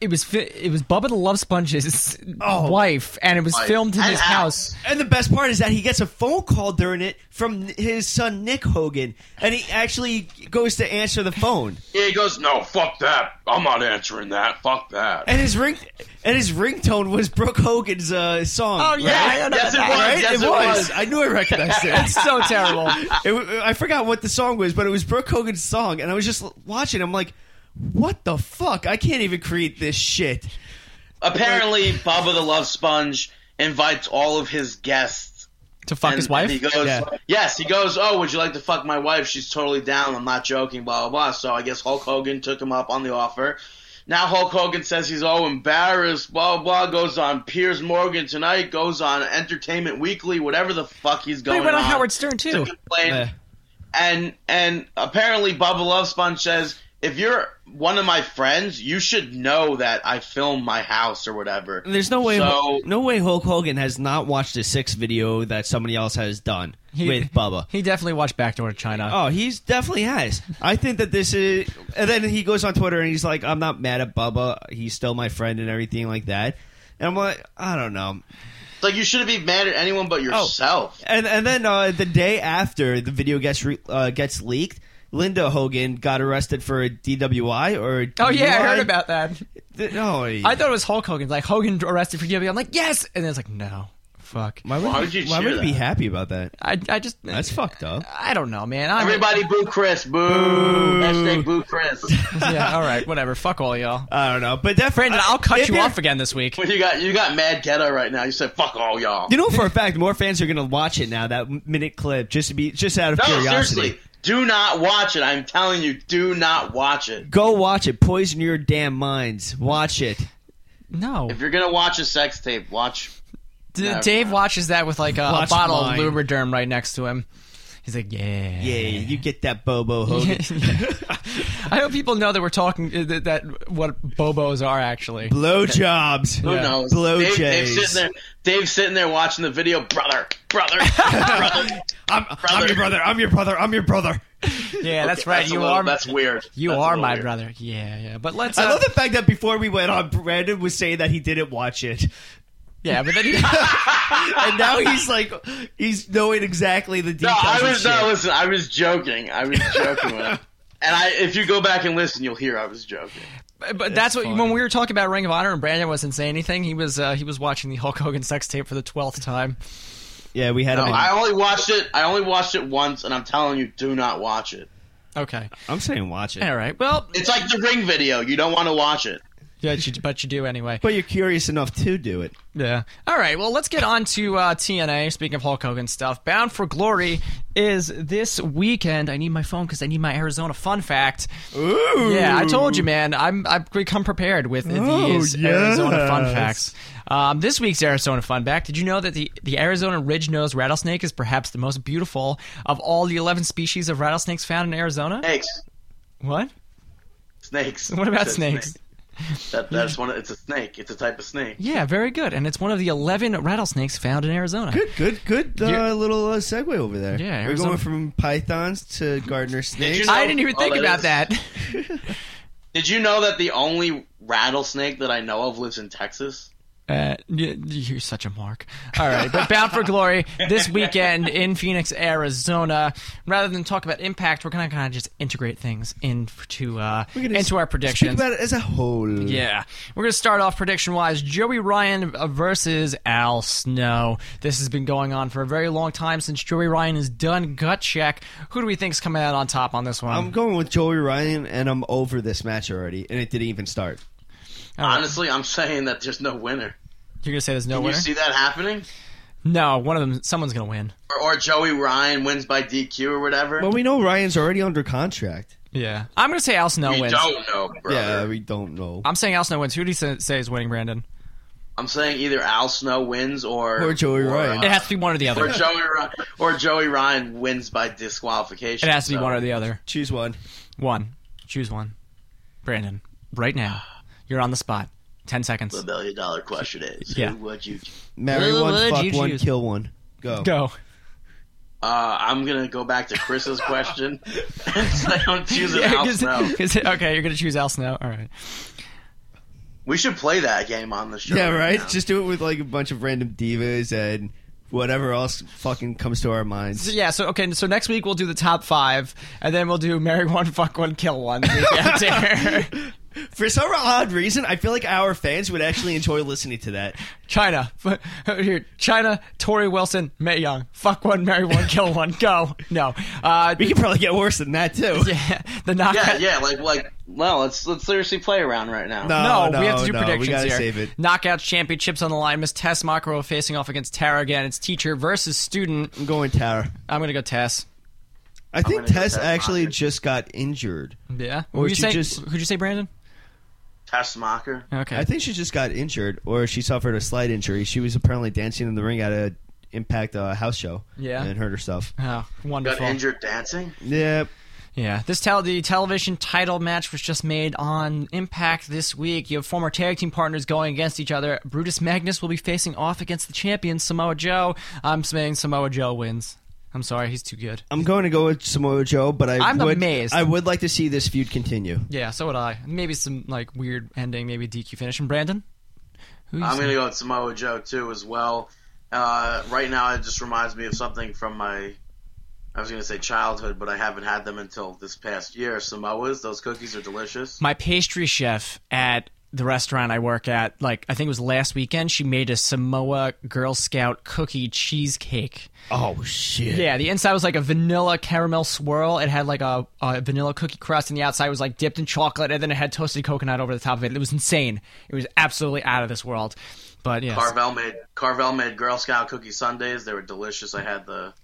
S4: it was fi- it was Bubba the Love Sponge's
S5: Oh.
S4: wife, and it was
S6: Wife.
S4: filmed in
S6: And
S4: his
S6: house.
S4: house.
S5: And the best part is that he gets a phone call during it from his son Nick Hogan, and he actually goes to answer the phone.
S6: yeah, he goes, no, fuck that. I'm not answering that. Fuck that.
S5: And his ring, and his ringtone was Brooke Hogan's uh, song.
S4: Oh yeah,
S5: right?
S4: I know
S6: Yes, it
S4: that.
S6: was.
S5: Right?
S6: Yes,
S5: it,
S6: it
S5: was.
S6: was.
S5: I knew I recognized it.
S4: It's so terrible.
S5: It w- I forgot what the song was, but it was Brooke Hogan's song, and I was just l- watching. I'm like, what the fuck? I can't even create this shit.
S6: Apparently, Bubba the Love Sponge invites all of his guests.
S4: to fuck
S6: and-
S4: his wife.
S6: and he goes,
S5: Yeah.
S6: yes, he goes, oh, would you like to fuck my wife? She's totally down. I'm not joking, blah, blah, blah. So I guess Hulk Hogan took him up on the offer. Now Hulk Hogan says he's all embarrassed, blah, blah, blah, goes on Piers Morgan tonight, goes on Entertainment Weekly, whatever the fuck he's
S4: But
S6: going
S4: he went on
S6: on.
S4: Howard Stern too.
S6: complain.
S5: Yeah.
S6: And and apparently Bubba Love Sponge says, if you're one of my friends, you should know that I film my house or whatever.
S5: There's no way,
S6: So
S5: no way Hulk Hogan has not watched a six video that somebody else has done
S4: He-
S5: with Bubba.
S4: He definitely watched Backdoor to China.
S5: Oh, he's definitely has. I think that this is. And then he goes on Twitter and he's like, "I'm not mad at Bubba. He's still my friend and everything like that." And I'm like, I don't know.
S6: it's like you shouldn't be mad at anyone
S4: Oh.
S6: but yourself.
S5: And and then uh, the day after the video gets re- uh, gets leaked, Linda Hogan got arrested for a DWI or a
S4: Oh, yeah, I
S5: DUI.
S4: heard about that.
S5: Th- No,
S4: I thought it was Hulk Hogan. Like Hogan arrested for DW. I'm like, yes, and then it's like, no, fuck.
S5: why would
S6: Why
S5: you-
S6: would you
S5: why
S6: share
S5: would you be
S6: that?
S5: happy about that?
S4: I, I just eh,
S5: That's fucked up.
S4: I don't know, man. I'm,
S6: Everybody boo Chris, boo. Hashtag boo Chris.
S4: yeah, all right, whatever. Fuck all y'all.
S5: I don't know, but that
S4: Brandon, I'll cut
S5: Uh, if
S4: you
S5: you're-
S4: off again this week.
S6: Well, you got you got mad ghetto right now. You said fuck all y'all.
S5: You know for a fact, more fans are going to watch it now. That m- minute clip, just to be just out of
S6: no,
S5: curiosity.
S6: seriously, do not watch it. I'm telling you, do not watch it.
S5: Go watch it. Poison your damn minds. Watch it.
S4: No,
S6: If you're gonna watch a sex tape, watch.
S4: D-
S6: Never
S4: Dave
S6: mind.
S4: watches that with like a, a
S5: Watch
S4: bottle
S5: mine.
S4: of Lubriderm right next to him. He's like, yeah,
S5: Yeah, you get that Bobo Hogan.
S4: I hope people know that we're talking uh, that, that what bobos are actually.
S5: Blowjobs.
S6: Who knows?
S5: Blow
S6: Dave, Dave's
S5: jays.
S6: sitting there. Dave's sitting there watching the video. Brother, brother, brother.
S5: I'm, I'm your brother. I'm your brother. I'm your brother.
S4: Yeah, that's
S6: Okay,
S4: right.
S6: a
S4: you
S6: little-
S4: are
S6: That's weird.
S4: you
S6: That's a
S4: are
S6: little
S4: my
S6: weird.
S4: brother. Yeah, yeah. But let's.
S5: I
S4: uh,
S5: love the fact that before we went on, Brandon was saying that he didn't watch it,
S4: Yeah, but then he,
S5: and now he's like, he's knowing exactly the
S6: No,
S5: details.
S6: I
S5: and
S6: was no.
S5: shit.
S6: Listen, I was joking. I was joking. with him. And I, if you go back and listen, you'll hear I was joking.
S4: but that's what when we were talking about Ring of Honor and Brandon wasn't saying anything. He was uh, he was watching the Hulk Hogan sex tape for the twelfth time.
S5: Yeah, we had
S6: No,
S5: him. in-
S6: I only watched it. I only watched it once, and I'm telling you, do not watch it.
S4: Okay,
S5: I'm saying watch it,
S4: all right. Well,
S6: It's like the ring video. You don't want to watch it.
S4: yeah, but you, but you do anyway.
S5: but you're curious enough to do it.
S4: Yeah. All right. Well, let's get on to uh, TNA. Speaking of Hulk Hogan stuff, Bound for Glory is this weekend. I need my phone because I need my Arizona fun fact.
S5: Ooh,
S4: Yeah, I told you, man. I'm I've become prepared with these Arizona fun
S5: yes.
S4: facts. Um, this week's Arizona fun fact: Did you know that the the Arizona ridge nose rattlesnake is perhaps the most beautiful of all the 11 species of rattlesnakes found in Arizona?
S6: Snakes,
S4: What?
S6: snakes.
S4: What about
S6: It's a
S4: snakes?
S6: snake. That, that's one. of- It's a snake. It's a type of snake.
S4: Yeah, very good. And it's one of the 11 rattlesnakes found in Arizona.
S5: Good, good, good
S4: You're-
S5: uh, little uh, segue over there.
S4: Yeah,
S5: we're
S4: Arizona-
S5: going from pythons to gardener snakes.
S6: you know-
S4: I didn't even
S6: Oh,
S4: think
S6: that
S4: about
S6: is-
S4: that.
S6: Did you know that the only rattlesnake that I know of lives in Texas?
S4: Uh, y- you're such a mark. All right, but Bound for Glory this weekend in Phoenix, Arizona. Rather than talk about impact, we're gonna kind of just integrate things into uh, into our predictions.
S5: Speak about it as a whole.
S4: Yeah, we're gonna start off prediction wise. Joey Ryan uh, versus Al Snow. This has been going on for a very long time since Joey Ryan has done gut check. Who do we think's coming out on top on this one?
S5: I'm going with Joey Ryan, and I'm over this match already, and it didn't even start.
S4: All right.
S6: Honestly, I'm saying that there's no winner.
S4: You're gonna say there's no
S6: Can
S4: winner?
S6: you see that happening?
S4: no, one of them, someone's gonna win.
S6: Or, or Joey Ryan wins by DQ or whatever.
S5: Well, we know Ryan's already under contract.
S4: Yeah, I'm gonna say Al Snow
S6: we
S4: wins.
S6: don't know, brother.
S5: Yeah, we don't know.
S4: I'm saying Al Snow wins. Who do you say say is winning, Brandon?
S6: I'm saying either Al Snow wins or
S5: Or Joey Ryan.
S4: It has to be one or the
S6: or
S4: other. It
S6: Joey Ryan, or Joey Ryan wins by disqualification.
S4: has to be
S6: so-
S4: one or the other.
S5: Choose one.
S4: One. Choose one. Brandon, right now, you're on the spot. Ten
S6: The
S4: seconds.
S6: million dollar question is,
S4: Yeah.
S6: who would you?
S5: Marry
S4: Who
S5: one,
S4: would
S5: fuck
S4: you
S5: one,
S4: choose?
S5: kill one. Go.
S4: Go.
S6: Uh, I'm gonna go back to Chris's question and say I'm choosing
S4: Yeah,
S6: Al
S4: 'cause-
S6: Snow.
S4: 'cause- okay, you're gonna choose Al Snow. All right.
S6: We should play that game on the show.
S5: Yeah, right?
S6: now.
S5: Just do it with like a bunch of random divas and whatever else fucking comes to our minds.
S4: So, yeah. So okay. So next week we'll do the top five, and then we'll do marry one, fuck one, kill one. the week after.
S5: For some odd reason, I feel like our fans would actually enjoy listening to that.
S4: China. Here, China. Tori Wilson. Mae Young. Fuck one, marry one, kill one. Go. No. Uh,
S5: We could probably get worse than that too.
S4: yeah. The knockout.
S6: Yeah, yeah, like like no, let's let's seriously play around right now.
S4: No, we have to do
S5: Oh, no,
S4: predictions
S5: we gotta
S4: here.
S5: save it.
S4: Knockouts championships on the line. Miss Tess Macro facing off against Tara again. It's teacher versus student.
S5: I'm going Tara.
S4: I'm gonna go Tess.
S5: I think
S6: gonna go
S5: Tess
S6: Tess
S5: actually
S6: Rodgers.
S5: just got injured.
S4: Yeah.
S5: Or
S4: Who'd you
S5: she
S4: say?
S5: just-
S4: Who'd you say, Brandon?
S6: Tess Mocker.
S4: Okay.
S5: I think she just got injured, or she suffered a slight injury. She was apparently dancing in the ring at a Impact uh, house show.
S4: Yeah.
S5: and hurt herself.
S4: oh,
S6: Got
S4: wonderful.
S6: injured dancing.
S5: Yep.
S4: Yeah. This tel- the television title match was just made on Impact this week. You have former tag team partners going against each other. Brutus Magnus will be facing off against the champion Samoa Joe. I'm saying Samoa Joe wins. I'm sorry, he's too good.
S5: I'm going to go with Samoa Joe, but I
S4: I'm
S5: would,
S4: amazed.
S5: I would like to see this feud continue.
S4: Yeah, so would I. Maybe some like weird ending, maybe DQ finish. And Brandon, who you
S6: I'm
S4: saying?
S6: gonna go with Samoa Joe too as well. Uh, right now, it just reminds me of something from my. I was gonna say childhood, but I haven't had them until this past year. Samoa's, those cookies are delicious.
S4: my pastry chef at the restaurant I work at, like I think it was last weekend, she made a Samoa Girl Scout cookie cheesecake.
S5: Oh shit!
S4: Yeah, the inside was like a vanilla caramel swirl. It had like a, a vanilla cookie crust, and the outside was like dipped in chocolate, and then it had toasted coconut over the top of it. It was insane. It was absolutely out of this world. But yes,
S6: Carvel made Carvel made Girl Scout cookie sundaes. They were delicious. I had the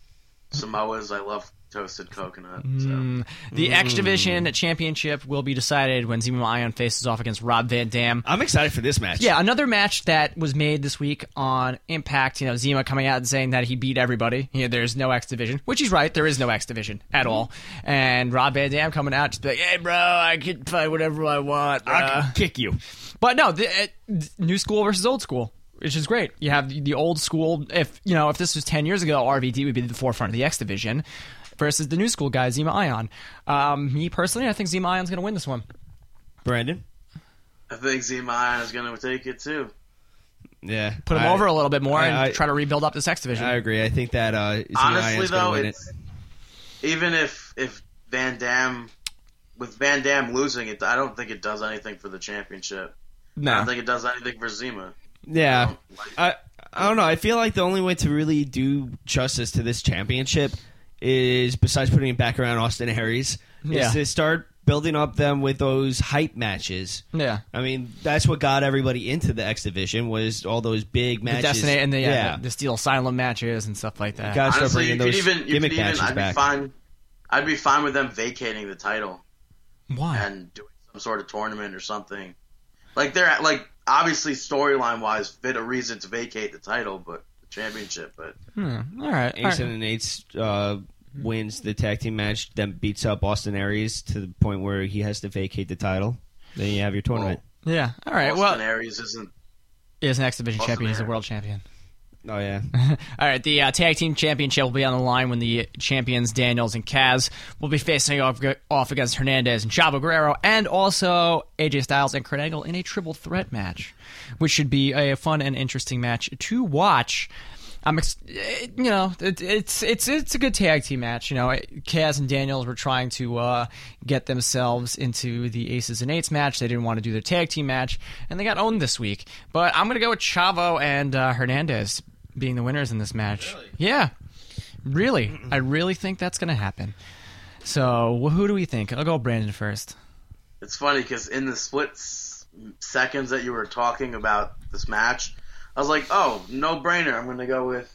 S6: Samoa's. I love toasted coconut.
S5: Mm.
S6: So.
S4: the X Division Championship will be decided when Zemo Ion faces off against Rob Van Dam.
S5: I'm excited for this match.
S4: Yeah, another match that was made this week on Impact. You know, Zima coming out and saying that he beat everybody. You know, there's no X division, which he's right. There is no X division at
S5: Mm-hmm.
S4: all. And Rob Van Dam coming out just be like, "Hey, bro, I can fight whatever I want." bruh."
S5: kick you.
S4: But no, the, uh, th- new school versus old school, which is great. You have the, the old school. If you know, if this was ten years ago, RVD would be the forefront of the X division versus the new school guy, Zima Ion. Um, me personally, I think Zima Ion's going to win this one.
S5: Brandon.
S6: I think Zima Ion is gonna take it too.
S5: Yeah,
S4: Put him
S5: I-
S4: over a little bit more
S5: I-
S4: and
S5: I-
S4: try to rebuild up this X division.
S5: I agree. I think that uh, Zia
S6: Honestly,
S5: Ion's gonna
S6: though,
S5: win it.
S6: it's even if if Van Dam with Van Dam losing it, I don't think it does anything for the championship. I
S4: no.
S6: don't think it does anything for Zima.
S5: Yeah. I I don't know. I feel like the only way to really do justice to this championship is besides putting it back around Austin Harry's,
S4: Yeah.
S5: is to start building up them with those hype matches.
S4: Yeah.
S5: I mean, that's what got everybody into the X division was all those big
S4: the
S5: matches.
S4: Destiny and the, yeah, the, the Steel Asylum matches and stuff like that.
S5: Gotta start
S6: Honestly, you
S5: bringing
S6: could
S5: those
S6: even you
S5: gimmick
S6: could even
S5: matches
S6: I'd
S5: back.
S6: be fine. I'd be fine with them vacating the title
S5: Oh.
S4: Why?
S6: and doing some sort of tournament or something. Like they're like obviously storyline wise fit a reason to vacate the title, but the championship. But
S4: Hmm, all right. all right.
S5: Ace and Nate's uh, wins the tag team match, then beats up Austin Aries to the point where he has to vacate the title. Then you have your tournament.
S4: Yeah. All right.
S6: Austin
S4: Well,
S6: Aries isn't.
S4: he is an X Division
S6: Austin
S4: champion. He's a
S6: Aries.
S4: world champion.
S5: Oh yeah.
S4: All right, the uh, tag team championship will be on the line when the champions Daniels and Kaz will be facing off, off against Hernandez and Chavo Guerrero, and also AJ Styles and Kurt Angle in a triple threat match, which should be a fun and interesting match to watch. I'm, ex- eh, you know, it, it's it's it's a good tag team match. You know, Kaz and Daniels were trying to uh, get themselves into the Aces and Eights match. They didn't want to do their tag team match, and they got owned this week. But I'm gonna go with Chavo and uh, Hernandez being the winners in this match. Yeah, really, I really think that's gonna happen. So wh- who do we think? I'll go Brandon first.
S6: It's funny because in the split s- seconds that you were talking about this match, I was like, oh, no brainer. I'm going to go with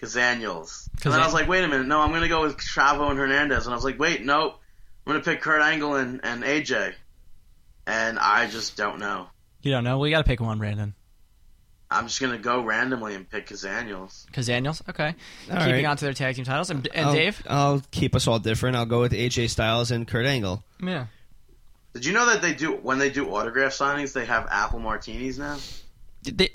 S6: Kazaniels. And then I was like, wait a minute. No, I'm going to go with Chavo and Hernandez. And I was like, wait, no. I'm going to pick Kurt Angle and, and AJ. And I just don't know.
S4: You don't know. Well, you got to pick one, Brandon.
S6: I'm just going to go randomly and pick Kazaniels.
S4: Because Daniels, okay,
S5: All
S4: keeping
S5: right. Oh.
S4: on to their tag team titles, and, and
S5: I'll-
S4: Dave,
S5: I'll keep us all different. I'll go with AJ Styles and Kurt Angle.
S4: yeah.
S6: Did you know that they do, when they do autograph signings, they have apple martinis now?
S4: They,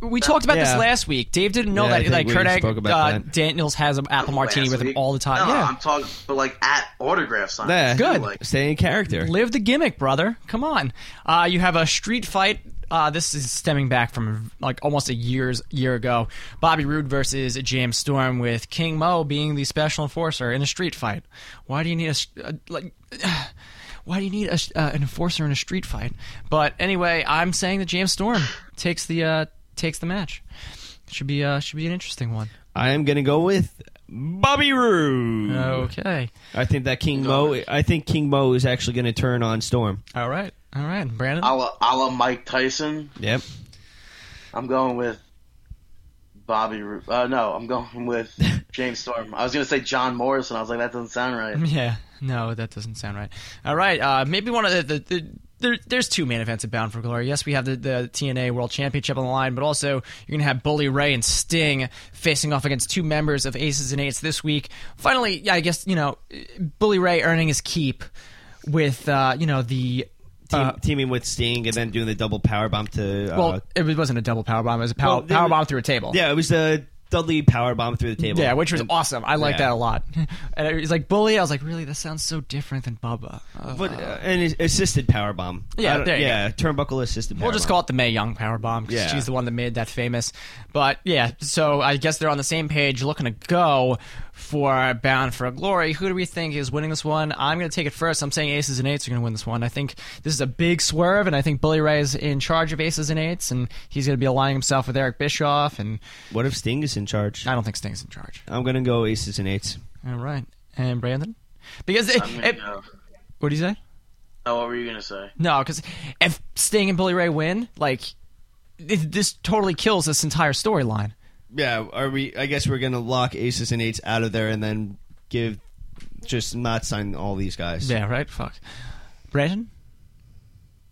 S4: we talked about
S5: Yeah.
S4: this last week. Dave didn't know
S5: Yeah, I
S4: that.
S5: think
S4: Like
S5: we
S4: Kurt
S5: spoke
S4: Ang-
S5: about
S4: uh,
S5: that.
S4: Daniels has an apple martini
S6: Last
S4: with him
S6: week.
S4: all the time.
S6: No,
S4: yeah,
S6: I'm talking, but like at autograph signings.
S5: Yeah.
S4: Good.
S6: Like,
S5: Stay in character.
S4: live the gimmick, brother. Come on. Uh, you have a street fight. Uh, this is stemming back from like almost a year's year ago. Bobby Roode versus James Storm with King Mo being the special enforcer in a street fight. Why do you need a s- uh, like? Why do you need a, s- uh, an enforcer in a street fight? But anyway, I'm saying that James Storm takes the uh, takes the match. Should be uh, should be an interesting one.
S5: I am gonna go with Bobby Roode.
S4: Uh, Okay.
S5: I think that King Mo. I think King Mo is actually gonna turn on Storm.
S4: All right. All right, Brandon.
S6: a la, a la Mike Tyson.
S5: Yep.
S6: I'm going with Bobby. Ro- Uh, no, I'm going with James Storm. I was gonna say John Morrison. I was like, that doesn't sound right.
S4: Yeah, no, that doesn't sound right. All right, uh, maybe one of the, the, the there, there's two main events at Bound for Glory. Yes, we have the, the TNA World Championship on the line, but also you're going to have Bully Ray and Sting facing off against two members of Aces and Eights this week. Finally, yeah, I guess you know, Bully Ray earning his keep with uh, you know the.
S5: Team, teaming with Sting and then doing the double power bomb to. Uh,
S4: Uh, Well, it wasn't a double power bomb; it was a power,
S5: Well, they
S4: power
S5: were-
S4: bomb through a table.
S5: yeah, it was the Dudley power bomb through the table.
S4: Yeah, which was
S5: And-
S4: awesome. I like
S5: Yeah.
S4: that a lot. And he's like bully. I was like, really? That sounds so different than Bubba. Uh,
S5: But uh, an assisted power bomb.
S4: Yeah,
S5: I don't-
S4: there you
S5: yeah, turnbuckle assisted.
S4: We'll just call it the May Young power bomb because
S5: Yeah.
S4: she's the one that made that famous. But yeah, so I guess they're on the same page, looking to go for Bound for Glory. Who do we think is winning this one? I'm going to take it first. I'm saying Aces and Eights are going to win this one. I think this is a big swerve, and I think Bully Ray is in charge of Aces and Eights, and he's going to be aligning himself with Eric Bischoff. And
S5: What if Sting is in charge?
S4: I don't think Sting's in charge.
S5: I'm gonna go aces and eights.
S4: All right, and Brandon, because it,
S6: I'm gonna
S4: it-
S6: go.
S4: what do you say?
S6: Oh, what were you gonna say?
S4: No, because if Sting and Bully Ray win, like it, this totally kills this entire storyline.
S5: Yeah, are we? I guess we're gonna lock aces and eights out of there and then give just not sign all these guys.
S4: Yeah, right? Fuck. Brandon?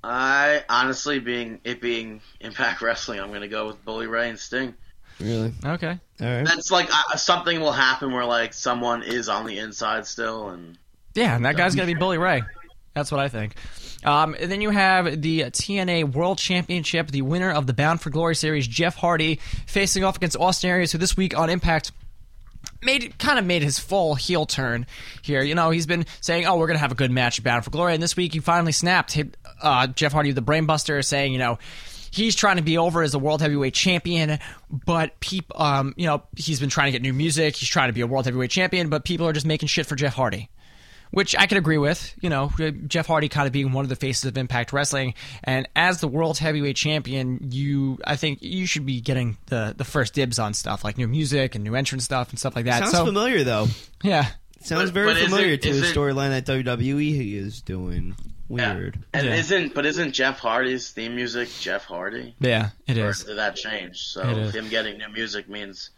S6: I honestly, being it being Impact Wrestling, I'm gonna go with Bully Ray and Sting.
S5: really.
S4: Okay.
S5: All right.
S6: That's like I, something will happen where like someone is on the inside still, and
S4: Yeah, and that guy's going to be Bully Ray. That's what I think. Um, and then you have the TNA World Championship, the winner of the Bound for Glory series, Jeff Hardy, facing off against Austin Aries, who this week on Impact made kind of made his full heel turn here. You know, he's been saying, "Oh, we're gonna have a good match, at Bound for Glory," and this week he finally snapped. He- Uh, Jeff Hardy, with the Brainbuster, saying, "You know." He's trying to be over as a world heavyweight champion, but peop, um, you know, he's been trying to get new music. He's trying to be a world heavyweight champion, but people are just making shit for Jeff Hardy which I can agree with. You know, Jeff Hardy kind of being one of the faces of Impact Wrestling, and as the world heavyweight champion, you I think you should be getting the the first dibs on stuff like new music and new entrance stuff and stuff like that.
S5: Sounds
S4: so
S5: familiar though.
S4: yeah,
S5: Sounds
S6: But-
S5: very
S6: but is
S5: familiar
S6: it-
S5: to
S6: is
S5: the
S6: it-
S5: storyline that WWE is doing. Weird.
S6: and
S4: Yeah.
S6: isn't but isn't Jeff Hardy's theme music Jeff Hardy?
S4: yeah, it
S6: Or
S4: is.
S6: did that change? So
S4: It is.
S6: him getting new music means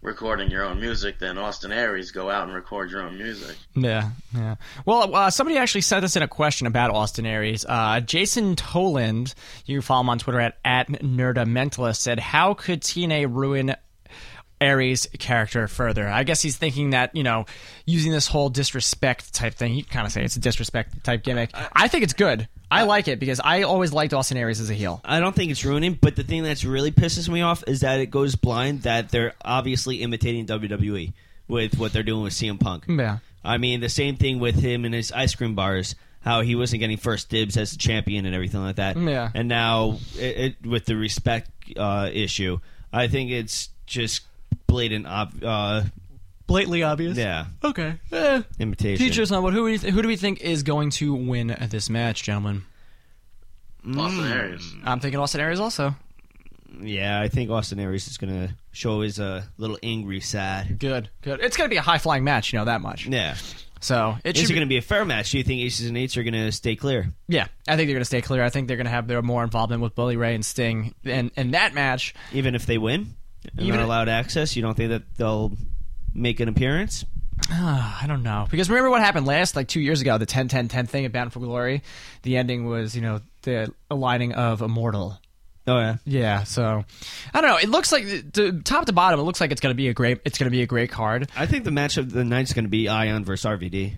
S6: recording your own music. Then Austin Aries go out and record your own music.
S4: Yeah, yeah. Well, uh, somebody actually sent us in a question about Austin Aries. Uh, Jason Toland, you can follow him on Twitter at, at Nerda Mentalist, said, How could TNA ruin Aries' character further. I guess he's thinking that you know, using this whole disrespect type thing. You kind of say it's a disrespect type gimmick. I think it's good. I like it because I always liked Austin Aries as a heel.
S5: I don't think it's ruining, but the thing that's really pisses me off is that it goes blind that they're obviously imitating WWE with what they're doing with CM Punk.
S4: Yeah.
S5: I mean, the same thing with him and his ice cream bars, how he wasn't getting first dibs as a champion and everything like that.
S4: Yeah.
S5: And now it, it, with the respect uh, issue, I think it's just blatant, ob- uh,
S4: Blatantly obvious.
S5: yeah,
S4: Okay. Eh.
S5: imitation.
S4: Teachers on what? Who do we th- who do we think is going to win this match, gentlemen?
S6: Austin
S4: Hmm.
S6: Aries.
S4: I'm thinking Austin Aries also.
S5: Mm, Yeah, I think Austin Aries is going to show his uh, little angry side.
S4: Good, good. It's going to be a high flying match, you know that much.
S5: Yeah.
S4: So it
S5: Is
S4: should
S5: it going
S4: be.
S5: to be a fair match? Do you think Aces and Eights are going to stay clear?
S4: Yeah, I think they're going to stay clear. I think they're going to have their more involvement with Bully Ray and Sting, and and that match.
S5: even if they win and
S4: Even
S5: are
S4: if-
S5: allowed access, you don't think that they'll make an appearance?
S4: Ah, I don't know because remember what happened last, like two years ago, the 10-10-10 thing at Bound for Glory. The ending was, you know, the aligning of Immortal.
S5: Oh yeah,
S4: Yeah, so I don't know. It looks like the top to bottom. It looks like it's going to be a great. It's going to be a great card.
S5: I think the match of the night's going to be Ion versus RVD.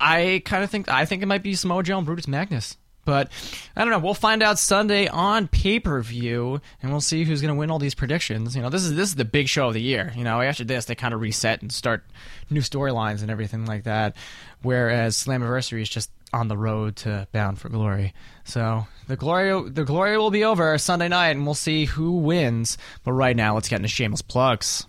S4: I kind of think I think it might be Samoa Joe and Brutus Magnus. But I don't know. We'll find out Sunday on pay per view, and we'll see who's going to win all these predictions. You know, this is this is the big show of the year. You know, after this, they kind of reset and start new storylines and everything like that. Whereas Slammiversary is just on the road to Bound for Glory. So the glory the glory will be over Sunday night, and we'll see who wins. But right now, let's get into shameless plugs.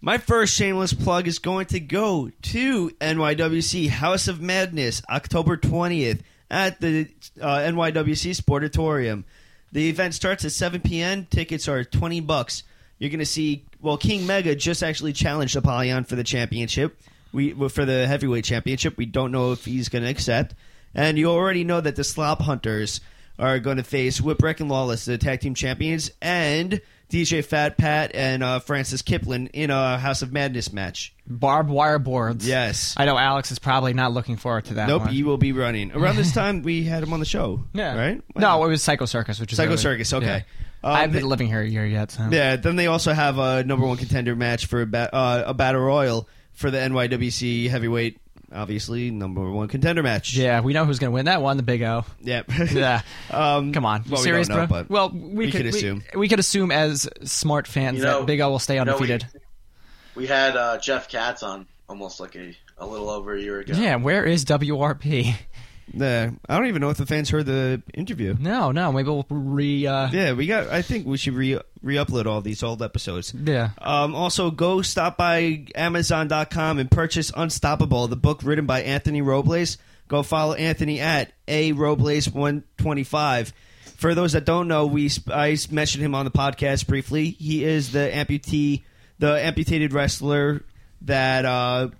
S5: My first shameless plug is going to go to NYWC House of Madness, October 20th at the uh, NYWC Sportatorium. The event starts at 7 p.m. Tickets are 20 bucks. You're going to see, well, King Mega just actually challenged Apollyon for the championship. We well, for the heavyweight championship. We don't know if he's going to accept. And you already know that the Slop Hunters are going to face Whipwreck and Lawless, the tag team champions, and DJ Fat Pat and uh, Francis Kipling in a House of Madness match.
S4: Barbed wire boards.
S5: Yes.
S4: I know Alex is probably not looking forward to that.
S5: nope,
S4: one.
S5: you will be running. Around this time, we had him on the show.
S4: Yeah.
S5: Right?
S4: No, it was Psycho Circus, which is
S5: Psycho
S4: earlier.
S5: Circus, okay.
S4: Yeah.
S5: Um,
S4: I haven't
S5: the-
S4: been living here a year yet, so
S5: Yeah, then they also have a number one contender match for a, ba- uh, a battle royal for the NYWC heavyweight, obviously, number one contender match.
S4: Yeah, we know who's going to win that one, the Big O.
S5: Yep.
S4: Yeah.
S5: um,
S4: Come on,
S5: well, we
S4: serious,
S5: don't know,
S4: bro.
S5: but
S4: well, we,
S5: we
S4: could
S5: could assume.
S4: We, we could assume as smart fans
S6: You know-
S4: that Big O will stay
S6: you know, we-
S4: undefeated.
S6: we, had uh, Jeff Katz on almost like a, a little over a year ago.
S4: yeah, where is WRP?
S5: Yeah, I don't even know if the fans heard the interview.
S4: No, no, maybe we'll re. Uh,
S5: Yeah, we got. I think we should re re-upload all these old episodes.
S4: yeah.
S5: Um, also, go stop by Amazon.com and purchase Unstoppable, the book written by Anthony Robles. Go follow Anthony at a Robles one twenty five. For those that don't know, we sp- I s- mentioned him on the podcast briefly. He is the amputee, the amputated wrestler that uh,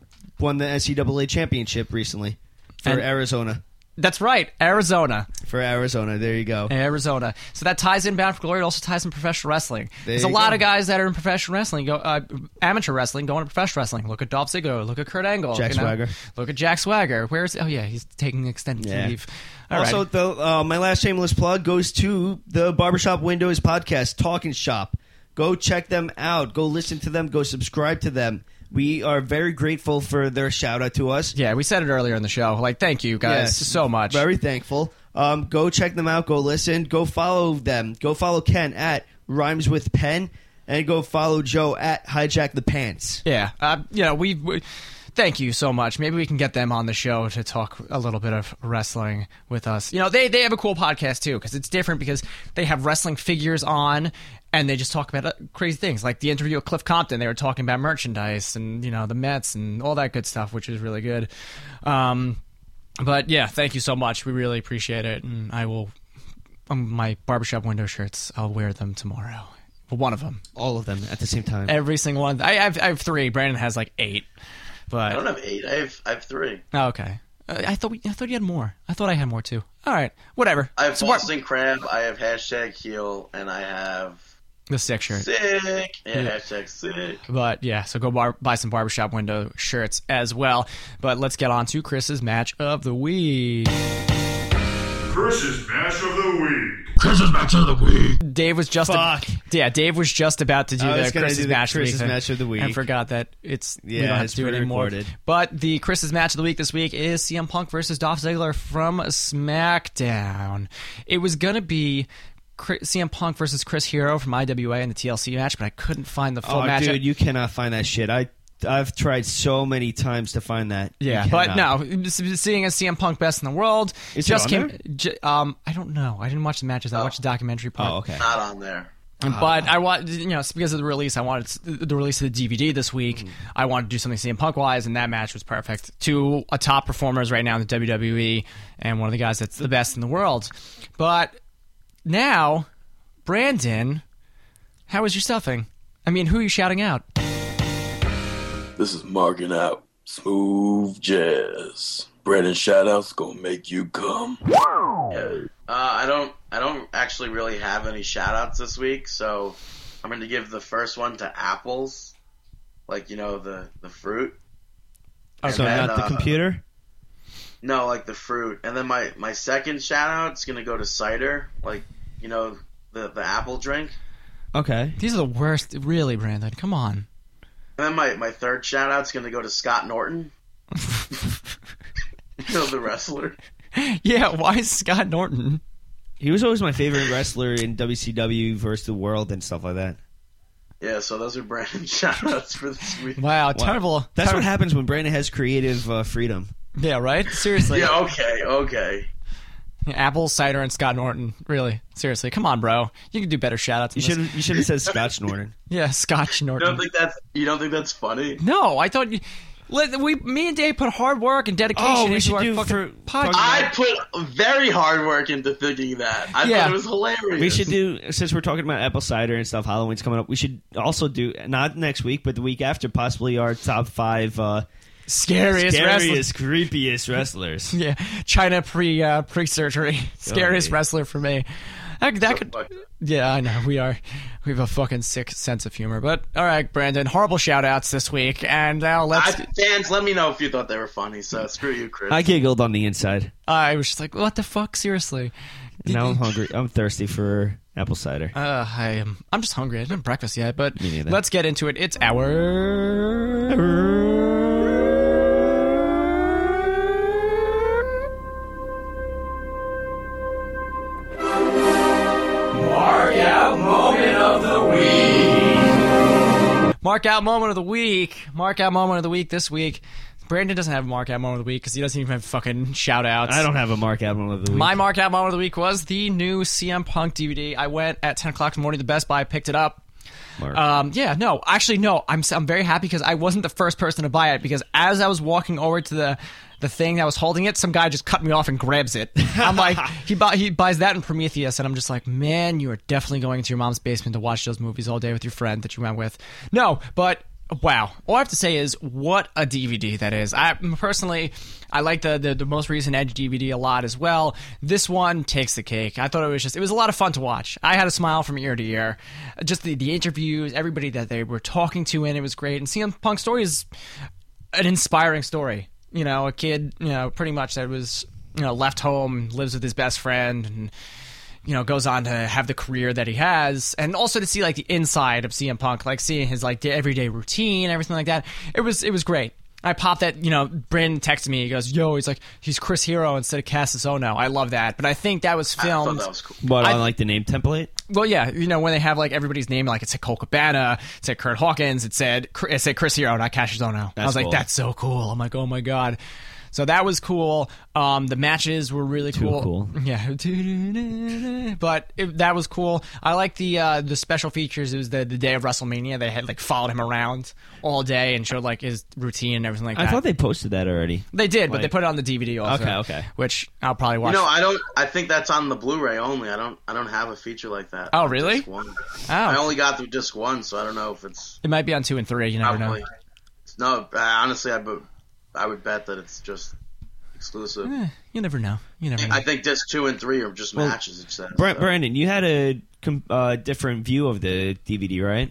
S5: won the NCAA championship recently for
S4: And-
S5: Arizona.
S4: That's right, Arizona.
S5: For Arizona, there you go.
S4: Arizona. So that ties in Bound for Glory. It also ties in professional wrestling.
S5: There
S4: There's a
S5: you
S4: lot
S5: go.
S4: of guys that are in professional wrestling, go, uh, amateur wrestling, going to professional wrestling. Look at Dolph Ziggler. Look at Kurt Angle.
S5: Jack Swagger.
S4: Look at Jack Swagger. Where is? Oh yeah, he's taking extended
S5: Yeah.
S4: leave. All right.
S5: also, the, uh, my last shameless plug goes to the Barbershop Windows podcast, Talking Shop. Go check them out. Go listen to them. Go subscribe to them. We are very grateful for their shout out to us.
S4: yeah, we said it earlier in the show. Like, thank you guys
S5: Yes.
S4: so much.
S5: Very thankful. Um, go check them out. Go listen. Go follow them. Go follow Ken at Rhymes with Pen, and go follow Joe at Hijack the Pants.
S4: yeah, uh, you know we. we Thank you so much. Maybe we can get them on the show to talk a little bit of wrestling with us. You know, they, they have a cool podcast too because it's different because they have wrestling figures on and they just talk about uh, crazy things like the interview with Cliff Compton. They were talking about merchandise and, you know, the Mets and all that good stuff, which is really good. Um, but yeah, thank you so much. We really appreciate it. And I will, um, my barbershop window shirts, I'll wear them tomorrow. Well, one of them.
S5: All of them at the same time.
S4: Every single one. I, I, have, I have three. Brandon has like eight.
S6: I don't
S4: But
S6: have eight. I have I have three.
S4: oh, okay, uh, I thought we, I thought you had more. I thought I had more too. All right, whatever.
S6: I have
S4: So what-
S6: Boston Crab. I have hashtag heel, and I have
S4: the sick shirt.
S6: sick. Yeah, hashtag sick.
S4: But yeah, so go bar- buy some barbershop window shirts as well. But let's get on to Chris's match of the week.
S9: Chris's Match of the Week. Chris's match of the week.
S4: Dave was just
S5: Fuck.
S4: yeah. Dave was just about to do
S5: I was
S4: the
S5: gonna
S4: Chris's
S5: do the
S4: match of the
S5: Chris's
S4: week,
S5: match of the week.
S4: and forgot that it's we
S5: Yeah,
S4: don't have
S5: it's
S4: to do it anymore.
S5: pre-recorded.
S4: But the Chris's match of the week this week is CM Punk versus Dolph Ziggler from SmackDown. It was gonna be. Chris, CM Punk versus Chris Hero from IWA in the TLC match, but I couldn't find the full
S5: Oh,
S4: match.
S5: dude, you cannot find that shit. I I've tried so many times to find that. You
S4: Yeah, but
S5: cannot.
S4: no, s- seeing as CM Punk best in the world
S5: Is it
S4: just
S5: on
S4: came.
S5: there?
S4: J- um, I don't know. I didn't watch the matches. I watched the documentary part.
S5: Oh, okay.
S6: Not on there.
S4: But I want you know it's because of the release. I wanted s- the release of the DVD this week.
S5: Mm-hmm.
S4: I wanted to do something CM Punk wise, and that match was perfect. Two uh, top performers right now in the WWE, and one of the guys that's the best in the world. But now, Brandon, how was your stuffing? I mean, who are you shouting out?
S2: This is marking out smooth jazz. Brandon shoutouts gonna make you come.
S6: Uh, I don't. I don't actually really have any shout outs this week, so I'm going to give the first one to apples, like you know the the fruit. And
S5: So
S6: then,
S5: not the
S6: uh,
S5: computer.
S6: No, like the fruit. And then my my second shout out is going to go to cider, like you know the the apple drink.
S5: Okay.
S4: These are the worst, really, Brandon. Come on.
S6: And then my my third shout out's going to go to Scott Norton, you know, the wrestler.
S4: yeah, why is Scott Norton?
S5: He was always my favorite wrestler in WCW versus the world and stuff like that.
S6: Yeah, so those are Brandon's shout outs for this week.
S4: Wow, terrible.
S5: That's
S4: ter-
S5: what happens when Brandon has creative uh, freedom.
S4: Yeah, right. Seriously.
S6: Yeah, okay, okay.
S4: Apple cider and Scott Norton. Really, seriously. Come on, bro. You can do better shout outs.
S5: You should you should have said Scotch Norton.
S4: Yeah, Scotch
S6: You
S4: Norton.
S6: don't think that's you don't think that's funny?
S4: no, I thought you. Let, we, me and Dave put hard work and dedication
S5: Oh, we
S4: into
S5: should
S4: our
S5: do
S4: fucking
S5: for-
S4: podcast.
S6: I put very hard work into thinking that. I
S4: Yeah.
S6: thought it was hilarious.
S5: We should do since we're talking about apple cider and stuff. Halloween's coming up. We should also do not next week, but the week after, possibly our top five uh,
S4: scariest, wrestler.
S5: scariest, creepiest wrestlers.
S4: Yeah, China pre uh, pre surgery. scariest
S5: yeah.
S4: wrestler for me. That, that could.
S6: Fuck.
S4: Yeah, I know. We are. We have a fucking sick sense of humor. But all right, Brandon. Horrible shout outs this week, and now let's.
S6: I, fans, let me know if you thought they were funny. So screw you, Chris.
S5: I giggled on the inside.
S4: I was just like, what the fuck? Seriously.
S5: Now I'm hungry. I'm thirsty for apple cider.
S4: Uh, I am. I'm just hungry. I didn't have breakfast yet, but
S5: Me neither.
S4: let's get into it. It's our. Mark out moment of the week. Mark out moment of the week this week. Brandon doesn't have a mark out moment of the week because he doesn't even have fucking shout outs.
S5: I don't have a mark album of the week.
S4: My mark out moment of the week was the new CM Punk DVD. I went at 10 o'clock in the morning to Best Buy, picked it up.
S5: Mark.
S4: Um, yeah, no, actually, no. I'm I'm very happy because I wasn't the first person to buy it because as I was walking over to the the thing that was holding it, some guy just cut me off and grabs it. I'm like, he buy, he buys that in Prometheus, and I'm just like, man, you are definitely going into your mom's basement to watch those movies all day with your friend that you went with. No, but wow, all I have to say is what a DVD that is. I personally. I like the, the the most recent Edge DVD a lot as well. This one takes the cake. I thought it was just it was a lot of fun to watch. I had a smile from ear to ear. Just the, the interviews, everybody that they were talking to, and it was great. And CM Punk's story is an inspiring story. You know, a kid, you know, pretty much that was you know left home, lives with his best friend, and you know goes on to have the career that he has and also to see like the inside of CM Punk like seeing his like day- everyday routine everything like that it was it was great I popped that you know Bryn texted me he goes yo he's like he's Chris Hero instead of Cassius Ohno I love that but I think that was
S6: I
S4: filmed
S6: thought that was cool.
S5: What
S4: I-
S5: I like the name template.
S4: well, yeah, you know when they have like everybody's name, like it said Cole Cabana, it said Kurt Hawkins, it said it said Chris Hero, not Cashizono. I was like,
S5: cool.
S4: that's so cool. I'm like, oh my god. So that was cool. Um, the matches were really Too cool.
S5: cool.
S4: Yeah, but it, that was cool. I like the uh, the special features. It was the, the day of WrestleMania. They had like followed him around all day and showed like his routine and everything like
S5: I
S4: that.
S5: thought they posted that already.
S4: they did, but they
S5: like-
S4: put it on the DVD also.
S5: Okay, okay.
S4: Which I'll probably watch.
S6: You know, I don't. I think that's on the Blu-ray only. I don't. I don't have a feature like that.
S4: Oh,
S6: on
S4: really?
S6: disc one. I
S4: oh,
S6: only got through disc one, so I don't know if it's
S4: it might be on two and three. You never know.
S6: probably. No, I- honestly, I, bu- I would bet that it's just exclusive.
S4: Eh, you never know. You never know.
S6: I think disc two and three are just matches. It says.
S5: Bra-
S6: so.
S5: Brandon, you had a com- uh, different view of the DVD, right?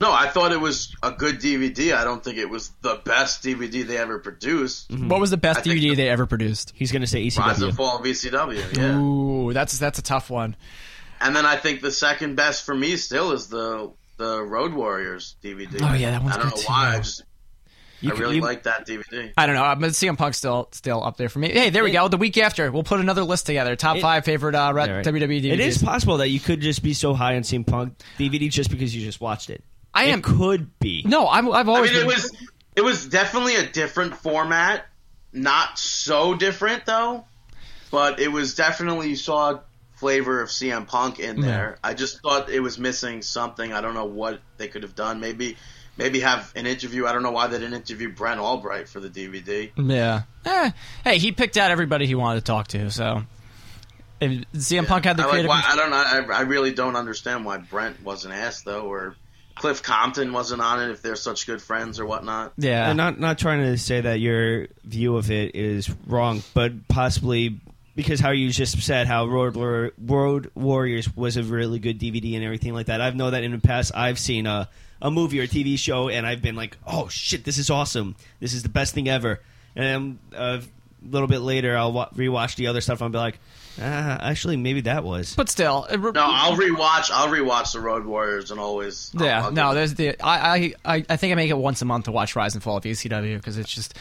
S6: No, I thought it was a good DVD. I don't think it was the best DVD they ever produced.
S4: What was the best
S6: I think
S4: DVD they ever produced?
S5: He's going to say E
S6: Rise and
S5: ECW.
S6: Fall of ECW. Yeah.
S4: Ooh, that's that's a tough one.
S6: And then I think the second best for me still is the the Road Warriors DVD.
S4: Oh, yeah, that one's
S6: I don't
S4: good,
S6: know
S4: too.
S6: why. I just
S10: You
S6: I
S10: can-
S6: really
S10: you-
S5: e-,
S6: like that DVD.
S4: I don't know. I'm gonna CM Punk still still up there for me. Hey, there we go. The week after, we'll put another list together. Top five favorite uh, re-
S5: Yeah, right.
S4: WWE.
S5: It is
S4: DVDs.
S5: possible that you could just be so high on CM Punk DVD just because you just watched it.
S4: I
S5: It
S4: am-
S5: could be.
S4: No, I'm, I've
S6: I
S4: always.
S6: mean, it
S4: been-
S6: was it was definitely a different format, not so different though, but it was definitely you saw flavor of CM Punk in there. I just thought it was missing something. I don't know what they could have done. Maybe maybe have an interview. I don't know why they didn't interview Brent Albright for the DVD.
S4: Yeah. Eh, hey, he picked out everybody he wanted to talk to. So, if CM Punk had the
S6: I, like,
S4: creative.
S6: why, I don't know. I, I really don't understand why Brent wasn't asked though, or Cliff Compton wasn't on it if they're such good friends or whatnot.
S4: yeah.
S5: I'm not not trying to say that your view of it is wrong, but possibly because how you just said how Road, War- Road Warriors was a really good DVD and everything like that. I've know that in the past I've seen a a movie or a TV show and I've been like, oh shit, this is awesome. This is the best thing ever. And then, uh, a little bit later, I'll wa- rewatch the other stuff and I'll be like, ah, actually, maybe that was.
S4: But still, it-
S6: No, I'll rewatch. I'll rewatch the Road Warriors and always. I'll-
S4: Yeah,
S6: I'll
S4: no,
S6: go-
S4: there's the I, I I- I think I make it once a month to watch Rise and Fall of E ECW because it's just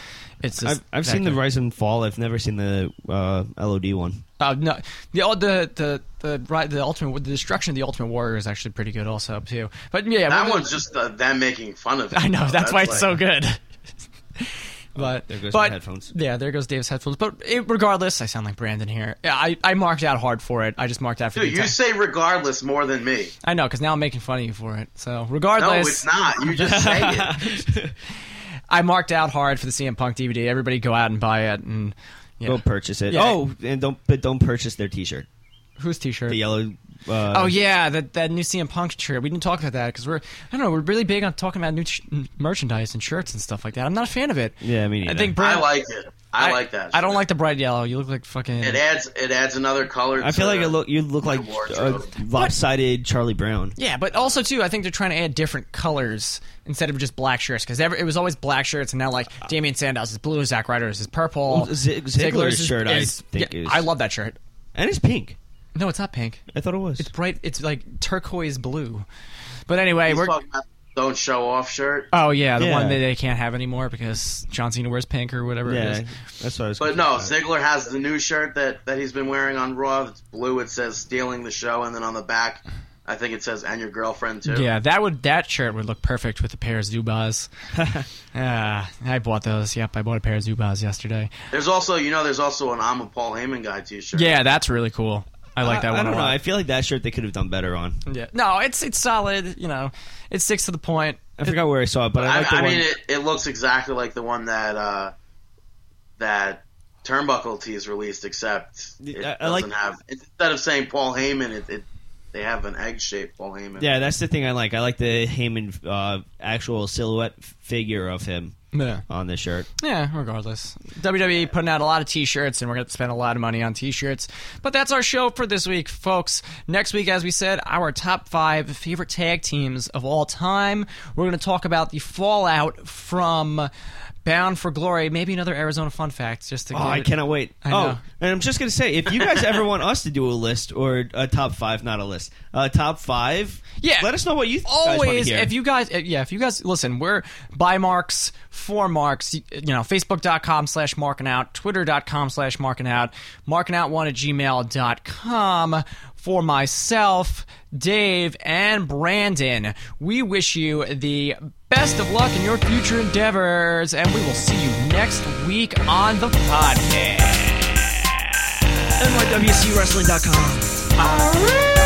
S4: it's just
S5: I've, I've
S4: that
S5: seen the
S4: good.
S5: Rise and Fall. I've never seen the uh, LOD one.
S4: Uh, no, the oh, the the the right the ultimate the destruction of the Ultimate Warrior is actually pretty good also too. But yeah,
S6: that
S4: we're-
S6: one's just uh, them making fun of it.
S4: I know
S6: though.
S4: that's, why it's
S6: like-
S4: so good. But,
S5: Oh, there goes my
S4: but
S5: headphones.
S4: yeah, there goes Dave's headphones. But it, regardless, I sound like Brandon here. Yeah, I, I marked out hard for it. I just marked out for
S6: Dude,
S4: the
S6: you
S4: entire-
S6: say regardless more than me.
S4: I know because now I'm making fun of you for it. So
S6: No,
S4: regardless,
S6: it's not. You just say it.
S4: I marked out hard for the CM Punk DVD. Everybody go out and buy it and yeah.
S5: Go purchase it.
S4: Yeah.
S5: Oh, and don't but don't purchase their T-shirt.
S4: whose t-shirt?
S5: the yellow. Uh,
S4: Oh yeah, that that new CM Punk shirt. We didn't talk about that because we're I don't know we're really big on talking about new sh- mm, merchandise and shirts and stuff like that. I'm not a fan of it.
S5: Yeah, me neither.
S4: I think Brad,
S6: I like it. I, like that.
S4: I don't like the bright yellow. You look like fucking.
S6: It adds. It adds another color.
S5: I feel
S6: to
S5: like it look you look
S6: my
S5: like uh,
S6: wardrobe.
S5: lopsided Charlie Brown.
S4: Yeah, but also too, I think they're trying to add different colors instead of just black shirts because it was always black shirts, and now like Damian Sandows is blue, Zack Ryder's is purple,
S5: Well, Zig- Ziggler's shirt, I think is-
S4: I love that shirt.
S5: And it's pink.
S4: No, it's not pink.
S5: I thought it was.
S4: Bright, it's like turquoise blue. But anyway,
S6: He's
S4: we're
S6: talking about the don't show off shirt.
S4: oh yeah, the
S5: Yeah.
S4: one that they can't have anymore because John Cena wears pink or whatever it
S5: yeah,
S4: is.
S5: that's what I was.
S6: But no, Ziggler has the new shirt that, that he's been wearing on Raw. It's blue. It says "Stealing the Show," and then on the back, I think it says "And your girlfriend too."
S4: Yeah, that would that shirt would look perfect with a pair of Zubas. Ah, I bought those. Yep, I bought a pair of Zubas yesterday.
S6: There's also, you know, there's also an "I'm a Paul Heyman guy" T-shirt.
S4: Yeah, that's really cool. I like that
S5: I,
S4: one
S5: I don't
S4: a
S5: know.
S4: lot.
S5: I feel like that shirt they could have done better on.
S4: yeah. No, it's it's solid. You know, it sticks to the point.
S5: I forgot where I saw it, but I
S6: I,
S5: like the
S6: I
S5: one.
S6: mean, it, it looks exactly like the one that uh, that Turnbuckle Tees released, except it
S5: I- I
S6: doesn't
S5: like-
S6: have instead of saying Paul Heyman, it, it they have an egg-shaped Paul Heyman.
S5: yeah, that's the thing I like. I like the Heyman uh, actual silhouette f- figure of him
S4: Yeah.
S5: on this shirt.
S4: Yeah. Regardless, WWE putting out a lot of T-shirts, and we're gonna spend a lot of money on T-shirts. But that's our show for this week, folks. Next week, as we said, our top five favorite tag teams of all time. We're gonna talk about the fallout from Bound for Glory. Maybe another Arizona fun fact. Just to
S5: Oh,
S4: give
S5: I
S4: it-
S5: cannot wait.
S4: I
S5: oh,
S4: know.
S5: and I'm just gonna say, if you guys ever want us to do a list or a top five, not a list, a top five,
S4: Yeah.
S5: let us know what you th- guys wanna
S4: always
S5: hear.
S4: if you guys uh, yeah if you guys listen we're by marks for marks you, you know facebook.com slash marking out twitter.com slash marking out marking out one at gmail.com for myself dave and brandon we wish you the best of luck in your future endeavors and we will see you next week on the podcast nycwrestling.com